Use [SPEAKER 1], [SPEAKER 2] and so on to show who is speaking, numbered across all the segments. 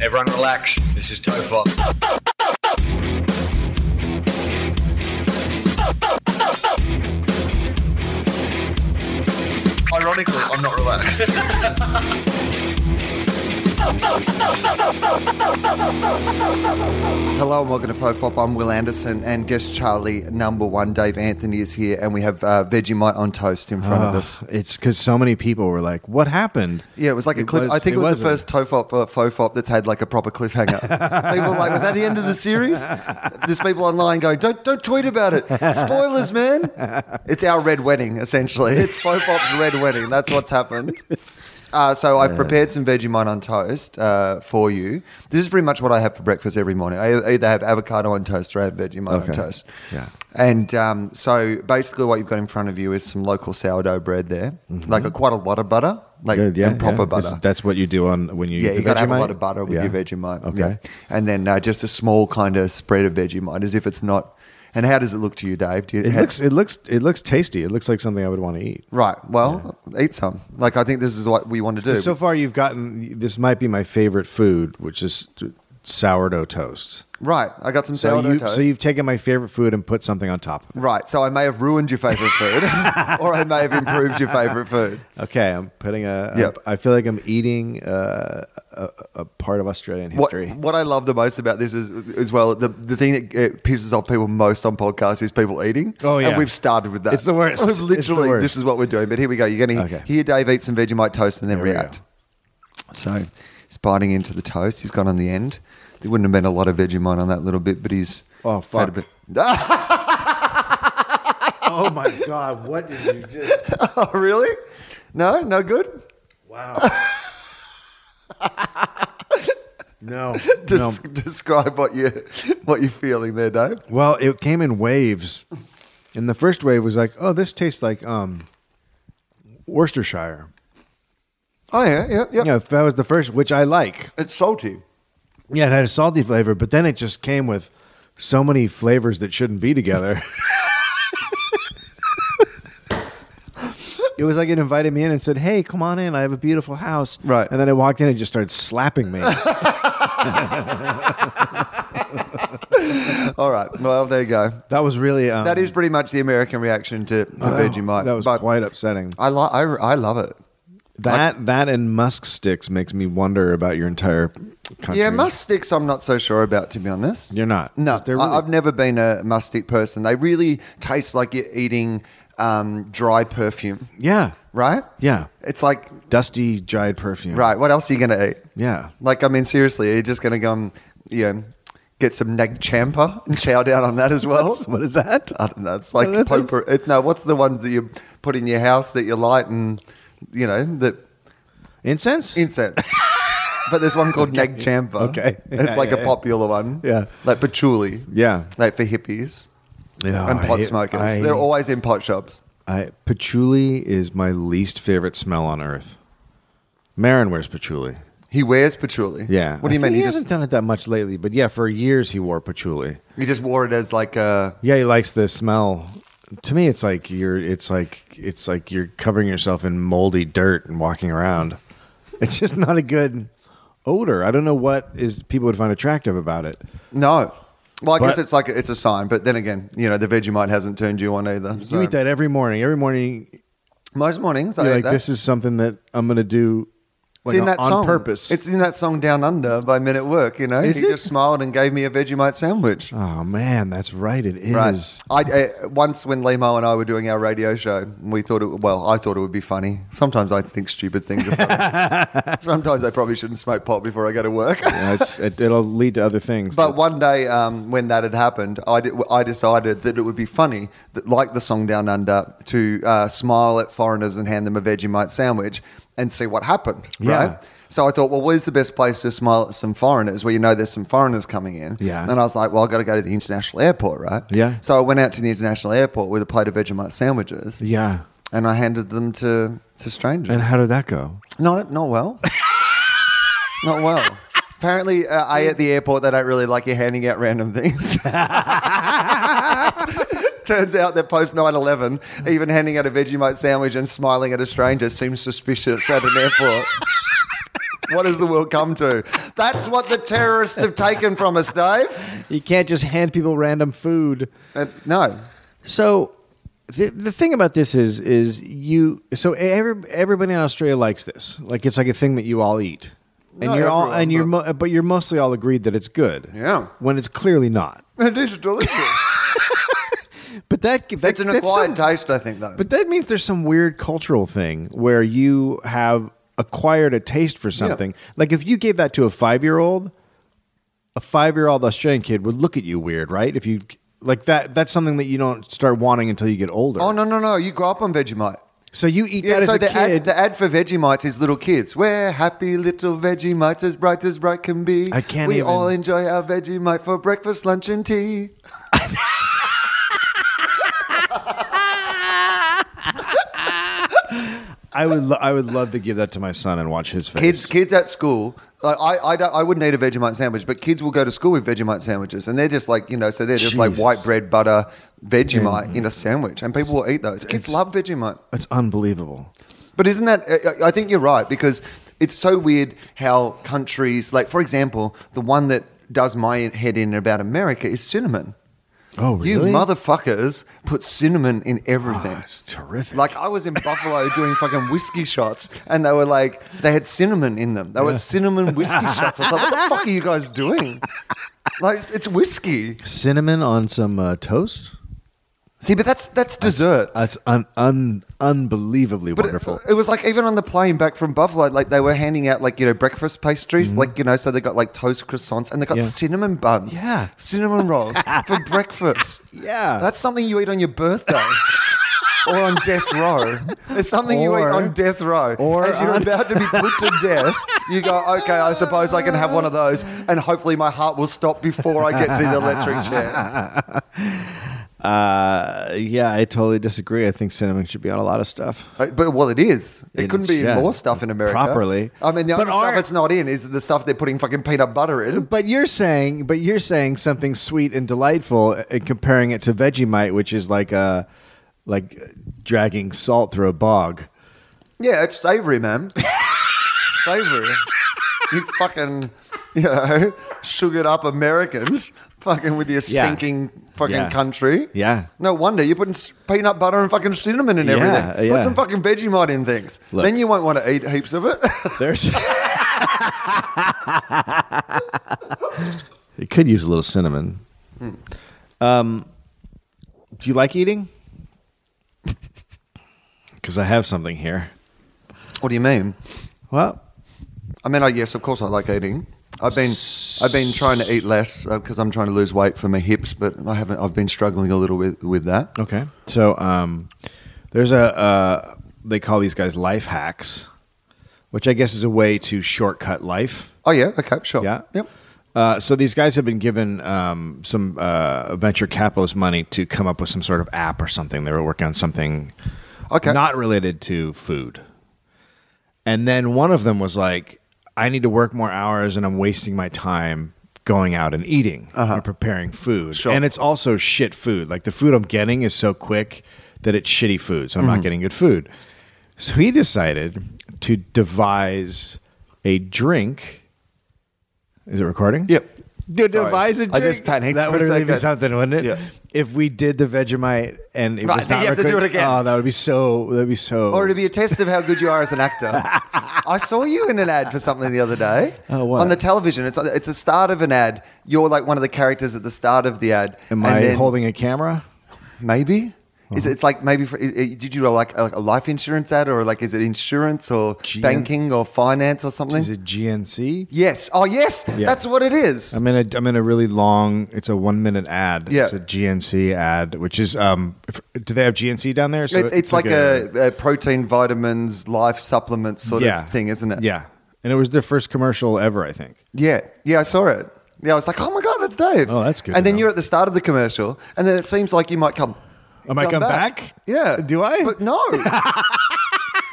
[SPEAKER 1] Everyone relax. This is Topop. Ironically, I'm not relaxed.
[SPEAKER 2] Hello and welcome to Fofop. I'm Will Anderson and guest Charlie number one, Dave Anthony is here, and we have uh, Vegemite on toast in front of us.
[SPEAKER 3] It's because so many people were like, "What happened?"
[SPEAKER 2] Yeah, it was like a clip.
[SPEAKER 3] was-
[SPEAKER 2] I think it was, the
[SPEAKER 3] wasn't.
[SPEAKER 2] first Tofop or Fofop that's had like a proper cliffhanger. people were like, was that the end of the series? There's people online going, don't don't tweet about it. Spoilers, man. It's our red wedding essentially. It's Fofop's red wedding. That's what's happened. Uh, so I've prepared some Vegemite on toast uh, for you. This is pretty much what I have for breakfast every morning. I either have avocado on toast or I have Vegemite on
[SPEAKER 3] Okay.
[SPEAKER 2] toast.
[SPEAKER 3] Yeah.
[SPEAKER 2] And um, so basically, what you've got in front of you is some local sourdough bread there,
[SPEAKER 3] Mm-hmm.
[SPEAKER 2] like a, quite a lot of butter, like
[SPEAKER 3] Good, yeah,
[SPEAKER 2] and proper
[SPEAKER 3] yeah.
[SPEAKER 2] butter.
[SPEAKER 3] Is- That's what you do on when you
[SPEAKER 2] yeah,
[SPEAKER 3] eat
[SPEAKER 2] you
[SPEAKER 3] the
[SPEAKER 2] got to have a
[SPEAKER 3] Vegemite?
[SPEAKER 2] lot of butter with
[SPEAKER 3] Yeah.
[SPEAKER 2] your Vegemite.
[SPEAKER 3] Okay,
[SPEAKER 2] yeah. and then uh, just a small kind of spread of Vegemite, as if it's not. And how does it look to you, Dave? Do you,
[SPEAKER 3] it
[SPEAKER 2] ha-
[SPEAKER 3] looks it looks it looks tasty. It looks like something I would want to eat.
[SPEAKER 2] right. Well, eat some. Like I think this is what we want to do.
[SPEAKER 3] So far, you've gotten this might be my favorite food, which is sourdough toast.
[SPEAKER 2] right, I got some
[SPEAKER 3] So
[SPEAKER 2] sourdough
[SPEAKER 3] you
[SPEAKER 2] toast.
[SPEAKER 3] so you've taken my favorite food and put something on top of it.
[SPEAKER 2] right, so I may have ruined your favorite food, or I may have improved your favorite food.
[SPEAKER 3] Okay, I'm putting a.
[SPEAKER 2] Yep.
[SPEAKER 3] I feel like I'm eating uh, a, a part of Australian
[SPEAKER 2] What,
[SPEAKER 3] history.
[SPEAKER 2] what I love the most about this is, as well, the, the thing that uh, pisses off people most on podcasts is people eating.
[SPEAKER 3] Oh,
[SPEAKER 2] And
[SPEAKER 3] yeah.
[SPEAKER 2] we've started with that.
[SPEAKER 3] It's the worst.
[SPEAKER 2] We've
[SPEAKER 3] It's the
[SPEAKER 2] Literally,
[SPEAKER 3] worst.
[SPEAKER 2] this is what we're doing. But here we go. You're going to
[SPEAKER 3] Okay.
[SPEAKER 2] hear Dave eat some Vegemite toast and then
[SPEAKER 3] Here we
[SPEAKER 2] react.
[SPEAKER 3] go.
[SPEAKER 2] So he's biting into the toast. He's gone on the end. There wouldn't have been a lot of Vegemite on that little bit, but he's
[SPEAKER 3] Oh, fuck.
[SPEAKER 2] had a bit.
[SPEAKER 3] oh my god! What did you just?
[SPEAKER 2] oh, really? No, no good.
[SPEAKER 3] Wow. no, no.
[SPEAKER 2] Des- Describe what you what you're feeling there, Dave.
[SPEAKER 3] Well, it came in waves, and the first wave was like, "Oh, this tastes like um, Worcestershire."
[SPEAKER 2] Oh yeah, yeah, yeah.
[SPEAKER 3] Yeah, that was the first, which I like.
[SPEAKER 2] It's salty.
[SPEAKER 3] Yeah, it had a salty flavor, but then it just came with so many flavors that shouldn't be together. It was like it invited me in and said, "Hey, come on in. I have a beautiful house."
[SPEAKER 2] Right.
[SPEAKER 3] and then I walked in and it just started slapping me.
[SPEAKER 2] All right. Well, there you go.
[SPEAKER 3] that was really um,
[SPEAKER 2] That is pretty much the American reaction to, to Vegemite.
[SPEAKER 3] Oh, that was
[SPEAKER 2] but
[SPEAKER 3] quite upsetting.
[SPEAKER 2] I, li- I, I love it.
[SPEAKER 3] That that and musk sticks makes me wonder about your entire country.
[SPEAKER 2] Yeah, must sticks I'm not so sure about, to be honest.
[SPEAKER 3] You're not.
[SPEAKER 2] No,
[SPEAKER 3] They're really-
[SPEAKER 2] I, I've never been a mustic person. They really taste like you're eating um, dry perfume,
[SPEAKER 3] Yeah.
[SPEAKER 2] right?
[SPEAKER 3] Yeah.
[SPEAKER 2] It's like,
[SPEAKER 3] Dusty dried perfume.
[SPEAKER 2] right, what else are you going to eat?
[SPEAKER 3] Yeah.
[SPEAKER 2] Like, I mean, seriously, are you just going to go and, you know, get some nag champa and chow down on that as well?
[SPEAKER 3] What is that?
[SPEAKER 2] I don't know. It's like
[SPEAKER 3] What are those?
[SPEAKER 2] potpourri. It, no, what's the ones that you put in your house that you light and, you know, that
[SPEAKER 3] Incense?
[SPEAKER 2] incense. but there's one called Nag Champa.
[SPEAKER 3] Okay.
[SPEAKER 2] it's
[SPEAKER 3] Yeah,
[SPEAKER 2] like
[SPEAKER 3] yeah,
[SPEAKER 2] a
[SPEAKER 3] yeah.
[SPEAKER 2] popular one.
[SPEAKER 3] Yeah.
[SPEAKER 2] like patchouli.
[SPEAKER 3] Yeah.
[SPEAKER 2] like for hippies
[SPEAKER 3] Yeah,
[SPEAKER 2] and
[SPEAKER 3] I
[SPEAKER 2] pot
[SPEAKER 3] hate-
[SPEAKER 2] smokers.
[SPEAKER 3] Ah, I-
[SPEAKER 2] They're always in pot shops.
[SPEAKER 3] I, patchouli is my least favorite smell on earth. Marin wears patchouli.
[SPEAKER 2] He wears patchouli.
[SPEAKER 3] Yeah.
[SPEAKER 2] What do you
[SPEAKER 3] I think
[SPEAKER 2] mean?
[SPEAKER 3] He,
[SPEAKER 2] He
[SPEAKER 3] hasn't
[SPEAKER 2] just
[SPEAKER 3] done it that much lately, but yeah, for years he wore patchouli.
[SPEAKER 2] he just wore it as like a
[SPEAKER 3] Yeah, he likes the smell. To me, it's like you're. It's like it's like you're covering yourself in moldy dirt and walking around. It's just not a good odor. I don't know what is people would find attractive about it.
[SPEAKER 2] no. Well, I guess
[SPEAKER 3] But-
[SPEAKER 2] it's like it's a sign, but then again, you know, the Vegemite hasn't turned you on either. so-
[SPEAKER 3] You eat that every morning. Every morning,
[SPEAKER 2] most mornings. I
[SPEAKER 3] you're
[SPEAKER 2] eat
[SPEAKER 3] like,
[SPEAKER 2] Uh, that.
[SPEAKER 3] this is something that I'm gonna do.
[SPEAKER 2] It's
[SPEAKER 3] Like,
[SPEAKER 2] in that
[SPEAKER 3] on
[SPEAKER 2] song.
[SPEAKER 3] purpose.
[SPEAKER 2] It's in that song "Down Under" by Men at Work. You know,
[SPEAKER 3] Is
[SPEAKER 2] he
[SPEAKER 3] it?
[SPEAKER 2] just smiled and gave me a Vegemite sandwich.
[SPEAKER 3] oh man, that's right. It is.
[SPEAKER 2] Right. I, uh, once when Limo and I were doing our radio show, we thought it. Well, I thought it would be funny. Sometimes I think stupid things. are funny. Sometimes I probably shouldn't smoke pot before I go to work.
[SPEAKER 3] Yeah, it's, it, it'll lead to other things.
[SPEAKER 2] But one day, um, when that had happened, I, did, I decided that it would be funny, that, like the song Down Under, to uh, smile at foreigners and hand them a Vegemite sandwich and see what happened.
[SPEAKER 3] Yeah.
[SPEAKER 2] Right? So I thought, well, where's the best place to smile at some foreigners where you know there's some foreigners coming in?
[SPEAKER 3] Yeah.
[SPEAKER 2] And I was like, well, I've got to go to the international airport, right?
[SPEAKER 3] Yeah.
[SPEAKER 2] So I went out to the international airport with a plate of Vegemite sandwiches
[SPEAKER 3] Yeah.
[SPEAKER 2] and I handed them to, to strangers.
[SPEAKER 3] And how did that go?
[SPEAKER 2] Not not well. not well. Apparently, uh, I at the airport they don't really like you handing out random things. Turns out that post 9-11, even handing out a Vegemite sandwich and smiling at a stranger seems suspicious at an airport. what has the world come to? That's what the terrorists have taken from us, Dave.
[SPEAKER 3] You can't just hand people random food.
[SPEAKER 2] And no.
[SPEAKER 3] So the, the thing about this is is you so e, every, everybody in Australia likes this. Like it's like a thing that you all eat. And
[SPEAKER 2] Not
[SPEAKER 3] you're all
[SPEAKER 2] everyone,
[SPEAKER 3] and you're mo- but you're mostly all agreed that it's good.
[SPEAKER 2] Yeah.
[SPEAKER 3] When it's clearly not.
[SPEAKER 2] These are delicious.
[SPEAKER 3] But that, that
[SPEAKER 2] it's an
[SPEAKER 3] that's
[SPEAKER 2] acquired
[SPEAKER 3] some-
[SPEAKER 2] taste, I think, though.
[SPEAKER 3] But that means there's some weird cultural thing where you have acquired a taste for something. Like if you gave that to a five year old, a five year old Australian kid would look at you weird, right? If you like that, that's something that you don't start wanting until you get older.
[SPEAKER 2] oh, no, no, no. You grow up on Vegemite.
[SPEAKER 3] So you eat
[SPEAKER 2] Yeah,
[SPEAKER 3] that
[SPEAKER 2] so
[SPEAKER 3] as a
[SPEAKER 2] the
[SPEAKER 3] kid.
[SPEAKER 2] ad, the ad for Vegemites is little kids. We're happy little Vegemites, as bright as bright can be.
[SPEAKER 3] I can't
[SPEAKER 2] We
[SPEAKER 3] even-
[SPEAKER 2] all enjoy our Vegemite for breakfast, lunch, and tea.
[SPEAKER 3] I would, lo- I would love to give that to my son and watch his face.
[SPEAKER 2] Kids, kids at school. Like I, I, don't, I wouldn't eat a Vegemite sandwich, but kids will go to school with Vegemite sandwiches, and they're just like you know, so they're just like
[SPEAKER 3] Jesus.
[SPEAKER 2] white bread, butter, Vegemite in a sandwich, and people will eat those. Kids love Vegemite.
[SPEAKER 3] it's unbelievable.
[SPEAKER 2] But isn't that? I- I think you're right because it's so weird how countries, like for example, the one that does my head in about America is cinnamon.
[SPEAKER 3] Oh,
[SPEAKER 2] You
[SPEAKER 3] really?
[SPEAKER 2] motherfuckers put cinnamon in
[SPEAKER 3] Oh,
[SPEAKER 2] everything.
[SPEAKER 3] it's terrific.
[SPEAKER 2] like I was in Buffalo doing fucking whiskey shots, and they were like, they had cinnamon in them. They were cinnamon whiskey shots. I was like, what the fuck are you guys doing? Like it's whiskey.
[SPEAKER 3] cinnamon on some uh, toast.
[SPEAKER 2] See, but that's that's dessert.
[SPEAKER 3] That's un, un, unbelievably
[SPEAKER 2] But it,
[SPEAKER 3] wonderful.
[SPEAKER 2] it was like even on the plane back from Buffalo, like they were handing out like you know breakfast pastries, like you know, so they got like toast croissants and they got
[SPEAKER 3] Mm-hmm. Yeah.
[SPEAKER 2] cinnamon buns,
[SPEAKER 3] Yeah.
[SPEAKER 2] cinnamon rolls for breakfast.
[SPEAKER 3] Yeah.
[SPEAKER 2] that's something you eat on your birthday. Or on death row. It's something you
[SPEAKER 3] Or-
[SPEAKER 2] eat on death row.
[SPEAKER 3] or uh,
[SPEAKER 2] As you're
[SPEAKER 3] on-
[SPEAKER 2] about to be put to death, you go, okay, I suppose I can have one of those, and hopefully my heart will stop before I get to the electric chair.
[SPEAKER 3] Uh, yeah, I totally disagree. I think cinnamon should be on a lot of stuff.
[SPEAKER 2] Uh, But well, it is. It,
[SPEAKER 3] It
[SPEAKER 2] couldn't be
[SPEAKER 3] should.
[SPEAKER 2] more stuff in America.
[SPEAKER 3] Properly.
[SPEAKER 2] I mean, the
[SPEAKER 3] But
[SPEAKER 2] only stuff
[SPEAKER 3] are-
[SPEAKER 2] it's not in is the stuff they're putting fucking peanut butter in.
[SPEAKER 3] But you're saying, but you're saying something sweet and delightful, uh, and comparing it to Vegemite, which is like a like uh, dragging salt through a bog.
[SPEAKER 2] Yeah, it's savory, man. savory. You fucking, you know, sugared up Americans fucking with your
[SPEAKER 3] Yeah.
[SPEAKER 2] sinking fucking
[SPEAKER 3] Yeah.
[SPEAKER 2] country.
[SPEAKER 3] Yeah.
[SPEAKER 2] No wonder you're putting s- peanut butter and fucking cinnamon in
[SPEAKER 3] Yeah,
[SPEAKER 2] everything.
[SPEAKER 3] yeah.
[SPEAKER 2] Put some fucking Vegemite in things.
[SPEAKER 3] Look.
[SPEAKER 2] Then you won't want to eat heaps of it.
[SPEAKER 3] There's. it could use a little cinnamon. Um, do you like eating? Because I have something here.
[SPEAKER 2] what do you mean?
[SPEAKER 3] Well,
[SPEAKER 2] I mean, I, yes, of course, I like eating. I've been I've been trying to eat less because I'm trying to lose weight for my hips, but I haven't. I've been struggling a little with with that.
[SPEAKER 3] Okay. So um, there's a uh, they call these guys life hacks, which I guess is a way to shortcut life.
[SPEAKER 2] Oh yeah, okay, sure.
[SPEAKER 3] Yeah.
[SPEAKER 2] Yep.
[SPEAKER 3] Uh, so these guys have been given um, some uh, venture capitalist money to come up with some sort of app or something. They were working on something,
[SPEAKER 2] Okay.
[SPEAKER 3] not related to food. And then one of them was like, "I need to work more hours, and I'm wasting my time going out and eating and preparing food.
[SPEAKER 2] Uh-huh. Sure.
[SPEAKER 3] And it's also shit food. Like the food I'm getting is so quick that it's shitty food, so I'm
[SPEAKER 2] Mm-hmm.
[SPEAKER 3] not getting good food. So he decided to devise a drink." Is it recording?
[SPEAKER 2] Yep.
[SPEAKER 3] Dude,
[SPEAKER 2] Sorry.
[SPEAKER 3] devise a
[SPEAKER 2] I
[SPEAKER 3] drink.
[SPEAKER 2] just panicked
[SPEAKER 3] That
[SPEAKER 2] for
[SPEAKER 3] would
[SPEAKER 2] a
[SPEAKER 3] really be
[SPEAKER 2] second.
[SPEAKER 3] something, wouldn't it?
[SPEAKER 2] Yeah.
[SPEAKER 3] If we did the Vegemite and it
[SPEAKER 2] Right,
[SPEAKER 3] was
[SPEAKER 2] then
[SPEAKER 3] not
[SPEAKER 2] you have to do
[SPEAKER 3] recorded-
[SPEAKER 2] it again.
[SPEAKER 3] Oh, that would be so. That'd be so.
[SPEAKER 2] Or it'd be a test of how good you are as an actor. I saw you in an ad for something the other day
[SPEAKER 3] Oh, what?
[SPEAKER 2] on the television. It's it's the start of an ad. You're like one of the characters at the start of the ad.
[SPEAKER 3] Am
[SPEAKER 2] And
[SPEAKER 3] I
[SPEAKER 2] then-
[SPEAKER 3] holding Uh-huh. a camera?
[SPEAKER 2] Maybe. Is it, it's like maybe for, i- i- did you like a, a life insurance ad or like is it insurance or
[SPEAKER 3] Gee,
[SPEAKER 2] banking or finance or something?
[SPEAKER 3] Is it GNC?
[SPEAKER 2] Yes. Oh, yes.
[SPEAKER 3] Yeah. Um,
[SPEAKER 2] That's what it is.
[SPEAKER 3] I'm in a. I'm in a really long. It's a one minute ad.
[SPEAKER 2] Yeah.
[SPEAKER 3] It's a GNC ad, which is um. If, do they have GNC down there? So
[SPEAKER 2] it's, it's like a, a protein, vitamins, life supplements sort
[SPEAKER 3] yeah
[SPEAKER 2] of thing, isn't it?
[SPEAKER 3] Yeah. And it was their first commercial ever, I think.
[SPEAKER 2] Yeah, yeah, I saw it. Yeah, I was like, oh my god, that's Dave.
[SPEAKER 3] Oh, that's good
[SPEAKER 2] And
[SPEAKER 3] to
[SPEAKER 2] then
[SPEAKER 3] know.
[SPEAKER 2] you're at the start of the commercial, and then it seems like you might come.
[SPEAKER 3] I might come back?
[SPEAKER 2] Yeah.
[SPEAKER 3] Do I?
[SPEAKER 2] But no. I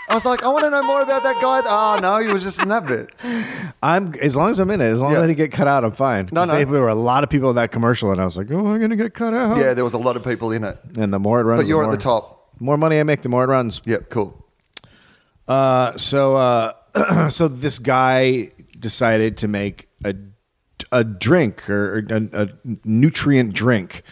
[SPEAKER 2] was like, I want to know more about that guy. Oh no, he was just in that bit.
[SPEAKER 3] I'm as long as I'm in it, as long as
[SPEAKER 2] Yeah.
[SPEAKER 3] I didn't get cut out, I'm fine. 'Cause
[SPEAKER 2] No, no.
[SPEAKER 3] they- there were a lot of people in that commercial, and I was like, "Oh, I'm gonna get cut out."
[SPEAKER 2] Yeah, there was a lot of people in it,
[SPEAKER 3] And the more it runs,
[SPEAKER 2] but you're at
[SPEAKER 3] more-
[SPEAKER 2] the top.
[SPEAKER 3] More money I make, the more it runs.
[SPEAKER 2] Yep, cool.
[SPEAKER 3] Uh, so, uh, so this guy decided to make a a drink or a, a nutrient drink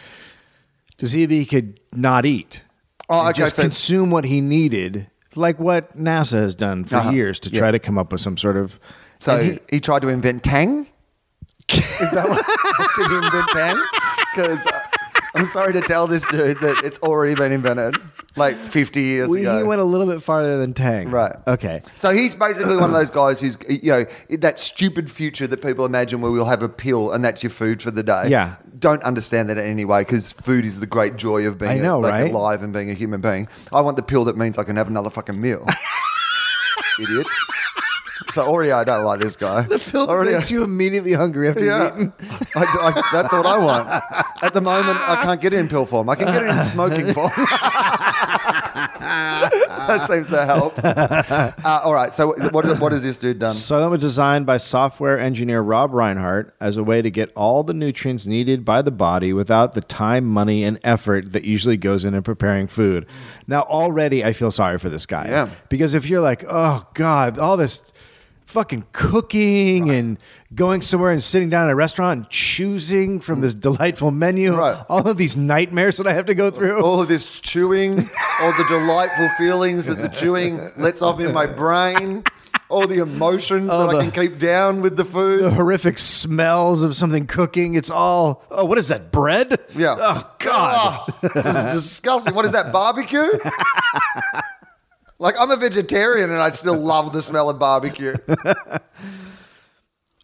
[SPEAKER 3] to see if he could not eat.
[SPEAKER 2] Oh,
[SPEAKER 3] and
[SPEAKER 2] okay,
[SPEAKER 3] just
[SPEAKER 2] so-
[SPEAKER 3] consume what he needed, like what NASA has done for
[SPEAKER 2] Uh-huh,
[SPEAKER 3] years to
[SPEAKER 2] yeah.
[SPEAKER 3] try to come up with some sort of.
[SPEAKER 2] So
[SPEAKER 3] and
[SPEAKER 2] he,
[SPEAKER 3] he-
[SPEAKER 2] tried to invent Tang. Is that what did he invent Tang? Because I'm sorry to tell this dude that it's already been invented like 50 years
[SPEAKER 3] we,
[SPEAKER 2] ago.
[SPEAKER 3] he went a little bit farther than Tang.
[SPEAKER 2] Right.
[SPEAKER 3] Okay.
[SPEAKER 2] So he's basically one of those guys who's, you know, that stupid future that people imagine where we'll have a pill and that's your food for the day.
[SPEAKER 3] Yeah.
[SPEAKER 2] Don't understand that in any way because food is the great joy of being
[SPEAKER 3] I know,
[SPEAKER 2] like,
[SPEAKER 3] right?
[SPEAKER 2] alive and being a human being. I want the pill that means I can have another fucking meal. Idiots. So already I don't like this guy. The
[SPEAKER 3] Phil makes you immediately hungry after you've
[SPEAKER 2] yeah,
[SPEAKER 3] eaten.
[SPEAKER 2] I, I- that's what I want. At the moment, I can't get it in pill form. I can get it in smoking form. that seems to help. Uh, all right. So, what, what has this dude done?
[SPEAKER 3] So that was designed by software engineer Rob Reinhart as a way to get all the nutrients needed by the body without the time, money, and effort that usually goes into preparing food. Now already I feel sorry for this guy.
[SPEAKER 2] Yeah.
[SPEAKER 3] Because if you're like, oh God, all this fucking cooking and going somewhere and sitting down at a restaurant and choosing from this delightful menu,
[SPEAKER 2] Right. Oh.
[SPEAKER 3] all of these nightmares that I have to go through.
[SPEAKER 2] All of this chewing, all the delightful feelings that the chewing lets off in my brain, all the emotions that I
[SPEAKER 3] the-
[SPEAKER 2] can keep down with the
[SPEAKER 3] the
[SPEAKER 2] food.
[SPEAKER 3] horrific smells of something cooking. It's all oh, what is that bread?
[SPEAKER 2] Yeah.
[SPEAKER 3] Oh God.
[SPEAKER 2] Oh, this is disgusting. What is that barbecue? like I'm a vegetarian and I still love the smell of barbecue.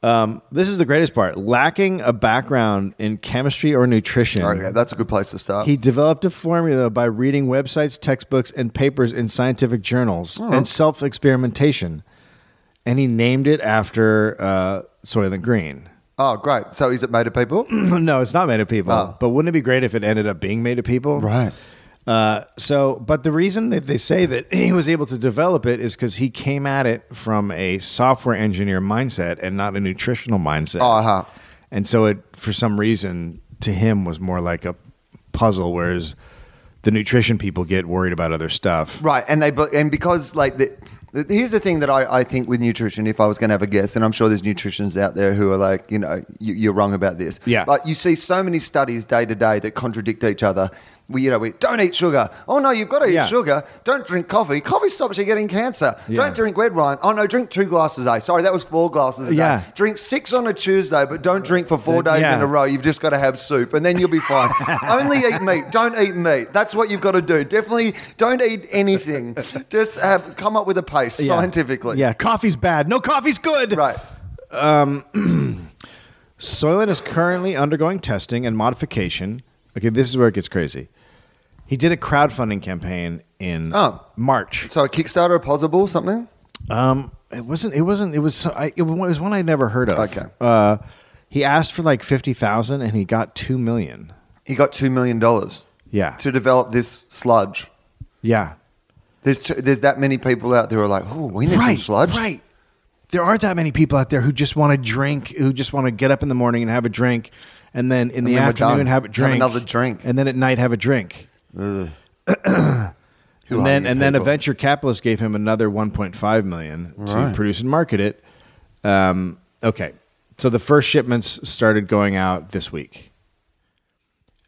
[SPEAKER 3] This is the greatest part. Lacking a background in chemistry or nutrition,
[SPEAKER 2] Okay, that's a good place to start.
[SPEAKER 3] he developed a formula by reading websites, textbooks, and papers in scientific journals
[SPEAKER 2] Oh.
[SPEAKER 3] and self experimentation, and he named it after uh, Soylent Green.
[SPEAKER 2] oh, great. So is it made of people?
[SPEAKER 3] no, it's not made of people.
[SPEAKER 2] Oh.
[SPEAKER 3] But wouldn't it be great if it ended up being made of people?
[SPEAKER 2] Right.
[SPEAKER 3] Uh, so, but the reason that they say that he was able to develop it is because he came at it from a software engineer mindset and not a nutritional mindset.
[SPEAKER 2] Uh-huh.
[SPEAKER 3] And so it, for some reason, to him was more like a puzzle, whereas the nutrition people get worried about other stuff.
[SPEAKER 2] right. And they bu- and because like the, the- here's the thing that I, I think with nutrition, if I was going to have a guess, and I'm sure there's nutritionists out there who are like, you know, you, you're wrong about this.
[SPEAKER 3] Yeah.
[SPEAKER 2] Like you see so many studies day to day that contradict each other. We, you know, we don't eat sugar. Oh no, you've got to eat
[SPEAKER 3] Yeah.
[SPEAKER 2] sugar. Don't drink coffee. Coffee stops you getting cancer.
[SPEAKER 3] Yeah.
[SPEAKER 2] Don't drink red wine. Oh no, drink two glasses a day. Sorry, that was four glasses a
[SPEAKER 3] Yeah.
[SPEAKER 2] day. Drink six on a Tuesday, but don't drink for four
[SPEAKER 3] Uh,
[SPEAKER 2] days
[SPEAKER 3] yeah.
[SPEAKER 2] in a row. You've just got to have soup, and then you'll be fine. Only eat meat. Don't eat meat. That's what you've got to do. Definitely don't eat anything. Just have, come up with a pace
[SPEAKER 3] Yeah.
[SPEAKER 2] scientifically.
[SPEAKER 3] Yeah, coffee's bad. No, coffee's good.
[SPEAKER 2] Right.
[SPEAKER 3] Soylent is currently undergoing testing and modification. Okay, this is where it gets crazy. He did a crowdfunding campaign in
[SPEAKER 2] Oh.
[SPEAKER 3] March.
[SPEAKER 2] So a Kickstarter possible something.
[SPEAKER 3] Um, it wasn't. It wasn't. It was. so- I, it was one I'd never heard of.
[SPEAKER 2] Okay.
[SPEAKER 3] Uh, he asked for like fifty thousand, and he got two million.
[SPEAKER 2] He got two million dollars.
[SPEAKER 3] Yeah.
[SPEAKER 2] To develop this sludge.
[SPEAKER 3] Yeah.
[SPEAKER 2] There's two, there's that many people out there who are like, oh, we need some sludge.
[SPEAKER 3] Right. There aren't that many people out there who just want to drink, who just want to get up in the morning and have a drink, and then in the
[SPEAKER 2] then we're
[SPEAKER 3] afternoon
[SPEAKER 2] done.
[SPEAKER 3] have a
[SPEAKER 2] Have
[SPEAKER 3] drink,
[SPEAKER 2] another drink.
[SPEAKER 3] and then at night have a drink. and then and then a venture capitalist gave him another 1.5 million to produce and market it. Um, okay, so the first shipments started going out this week,